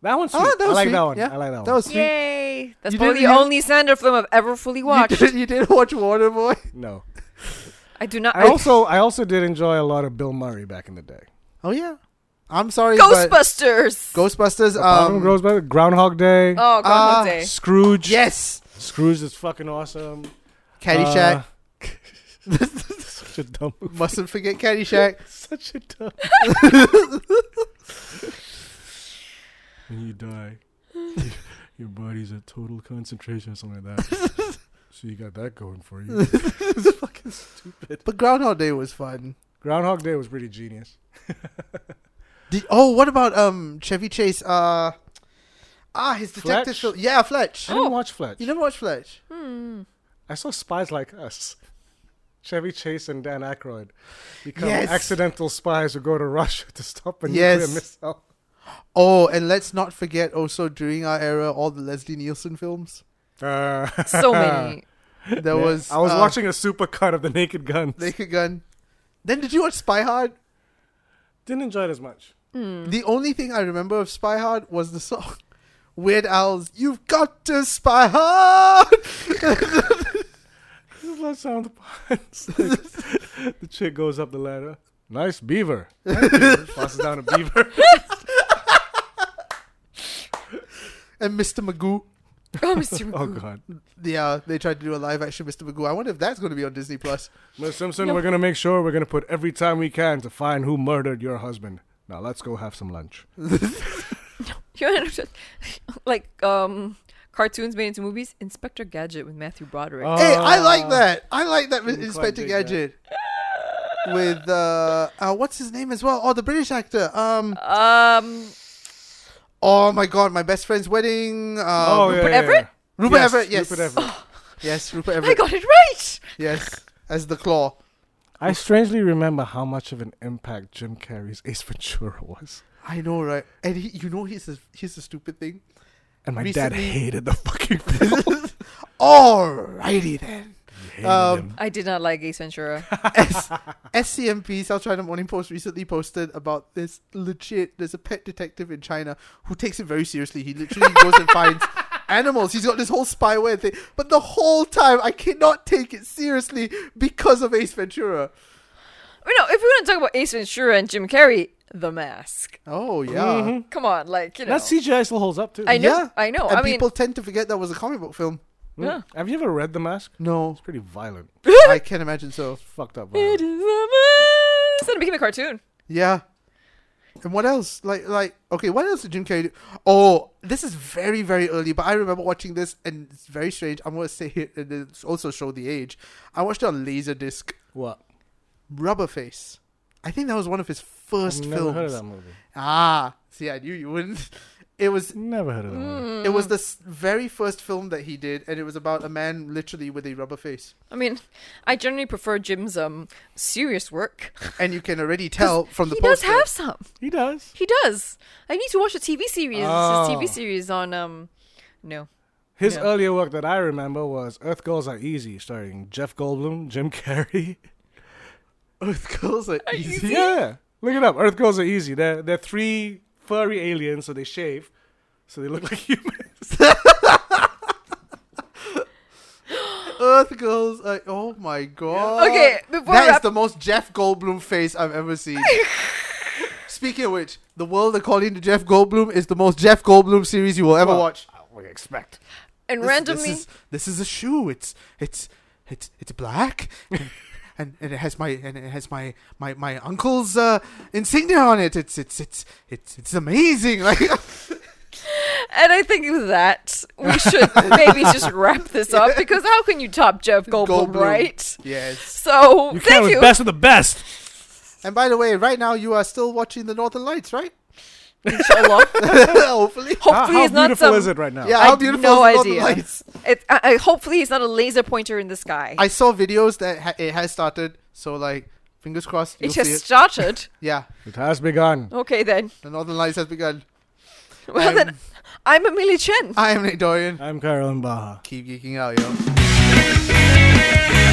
That one's sweet.
Oh, that was
I like
sweet.
that one.
Yeah.
I like that one.
That was sweet.
Yay! That's
You
probably the
didn't use-
only Sandler film I've ever fully watched.
You did, you did watch Waterboy.
no.
I do not.
I also I also did enjoy a lot of Bill Murray back in the day.
Oh yeah. I'm sorry. but
Ghostbusters.
Ghostbusters.
Um,
Um,
Grows by Groundhog Day.
oh, Groundhog
Ah,
Day.
Scrooge.
yes.
Scrooge is fucking awesome.
Caddyshack.
Uh, such a dumb.
Mustn't forget Caddyshack.
Such a dumb. when you die, your body's at total concentration or something like that. so you got that going for you.
But Groundhog Day was fun.
Groundhog Day was pretty genius.
Did, oh, what about um Chevy Chase? Uh, ah, his detective
Fletch?
film. Yeah, Fletch.
I didn't watch Fletch.
Oh, You never watched Fletch?
I saw Spies Like Us. Chevy Chase and Dan Aykroyd become
Yes.
accidental spies who go to Russia to stop a
Yes.
nuclear missile.
Oh, and let's not forget also during our era all the Leslie Nielsen films.
Uh,
So many.
There was.
I was
uh,
watching a supercut of the Naked Guns.
Naked Gun. Then did you watch Spy Hard?
Didn't enjoy it as much.
The only thing I remember of Spy Hard was the song Weird Al's "You've Got to Spy Hard."
I just love sound of puns. Like, the chick goes up the ladder. Nice beaver. Nice beaver. Passes down a beaver.
and Mr. Magoo.
Oh, Mr.
Oh god.
Yeah, they tried to do a live action Mr. Magoo. I wonder if that's going to be on Disney Plus.
Miss Simpson, we're gonna make sure we're gonna put every time we can to find who murdered your husband. Now let's go have some lunch.
You know what I'm- like um cartoons made into movies. Inspector Gadget with Matthew Broderick.
Oh.
hey, I like that. I like that
Didn't quite
Inspector
dig that.
Gadget. With uh, uh, what's his name as well? Oh, the British actor. Um,
Um,
oh my God, my best friend's wedding. Um,
Oh, yeah,
Rupert
yeah, yeah.
Everett?
Rupert Everett, yes.
Rupert Everett.
yes, Rupert
I
Everett.
got it right.
Yes, as the claw.
I strangely remember how much of an impact Jim Carrey's Ace Ventura was,
I know, right? And he, you know, he's a, he's a stupid thing.
and my dad
Recently-
hated the fucking film.
Alrighty then.
Hated
Um,
him.
I did not like Ace Ventura.
S- SCMP, South China Morning Post, recently posted about this legit. There's a pet detective in China who takes it very seriously. He literally goes and finds animals. He's got this whole spyware thing. But the whole time, I cannot take it seriously because of Ace Ventura.
I mean, no, if we want to talk about Ace Ventura and Jim Carrey, The Mask.
Oh, yeah.
Mhm.
Come on, like you know.
That CGI still holds up too.
I know.
Yeah.
I know.
and
I mean,
people tend to forget that was a comic book film.
Mm.
Yeah.
Have you ever read The Mask?
No,
It's pretty violent.
I can imagine so.
Fucked up.
it
Violent.
is The Mask. Then it became a cartoon.
Yeah. And what else? Like, like, okay, what else did Jim Carrey do? Oh, this is very, very early, but I remember watching this, and it's very strange. I'm gonna say it, and it's also show the age. I watched it on Laserdisc,
What?
Rubberface. I think that was one of his
I've
first
never
films.
heard of that movie.
Ah, see, I knew you wouldn't. It was,
Never heard of that movie.
it
Hmm.
was the s- very first film that he did, and it was about a man literally with a rubber face.
I mean, I generally prefer Jim's um serious work.
And you can already tell from the
he
poster.
does have some.
He does.
He does. I need to watch a TV series. It's
Oh.
a TV series on um, no.
His
Yeah.
earlier work that I remember was Earth Girls Are Easy, starring Jeff Goldblum, Jim Carrey.
Earth Girls are easy.
Yeah, look it up. Earth Girls Are Easy. They're they're three furry aliens, so they shave, so they look like humans.
Earth Girls are, oh my god.
Okay, before
That
we
is
wrap-
the most Jeff Goldblum face I've ever seen. Speaking of which, The World According to Jeff Goldblum is the most Jeff Goldblum series you will ever watch.
What do you Oh, expect?
And
This-
randomly,
this is, this is a shoe. It's it's it's it's black, and, and it has my and it has my my my uncle's uh, insignia on it. It's it's it's it's it's amazing. Like
and I think with that we should maybe just wrap this up because how can you top Jeff Goldblum,
Goldblum.
right?
yes.
So
You can't
thank
with
you.
best of the best.
And by the way, right now you are still watching the Northern Lights, right?
Inshallah.
Hopefully.
How,
Hopefully,
Ah, how
it's not
beautiful
some.
is it right now?
Yeah,
I
how
have
beautiful
no
is the Northern
idea.
Lights?
It, I, I, hopefully, it's not a laser pointer in the sky.
I saw videos that ha- it has started, so like fingers crossed you'll
it
see
just
it.
started.
Yeah,
It has begun.
Okay then.
the Northern Lights has begun.
Well then, I'm Amelia Chen.
I am Nick Dorian.
I'm Carolyn Baha.
Keep geeking out, yo.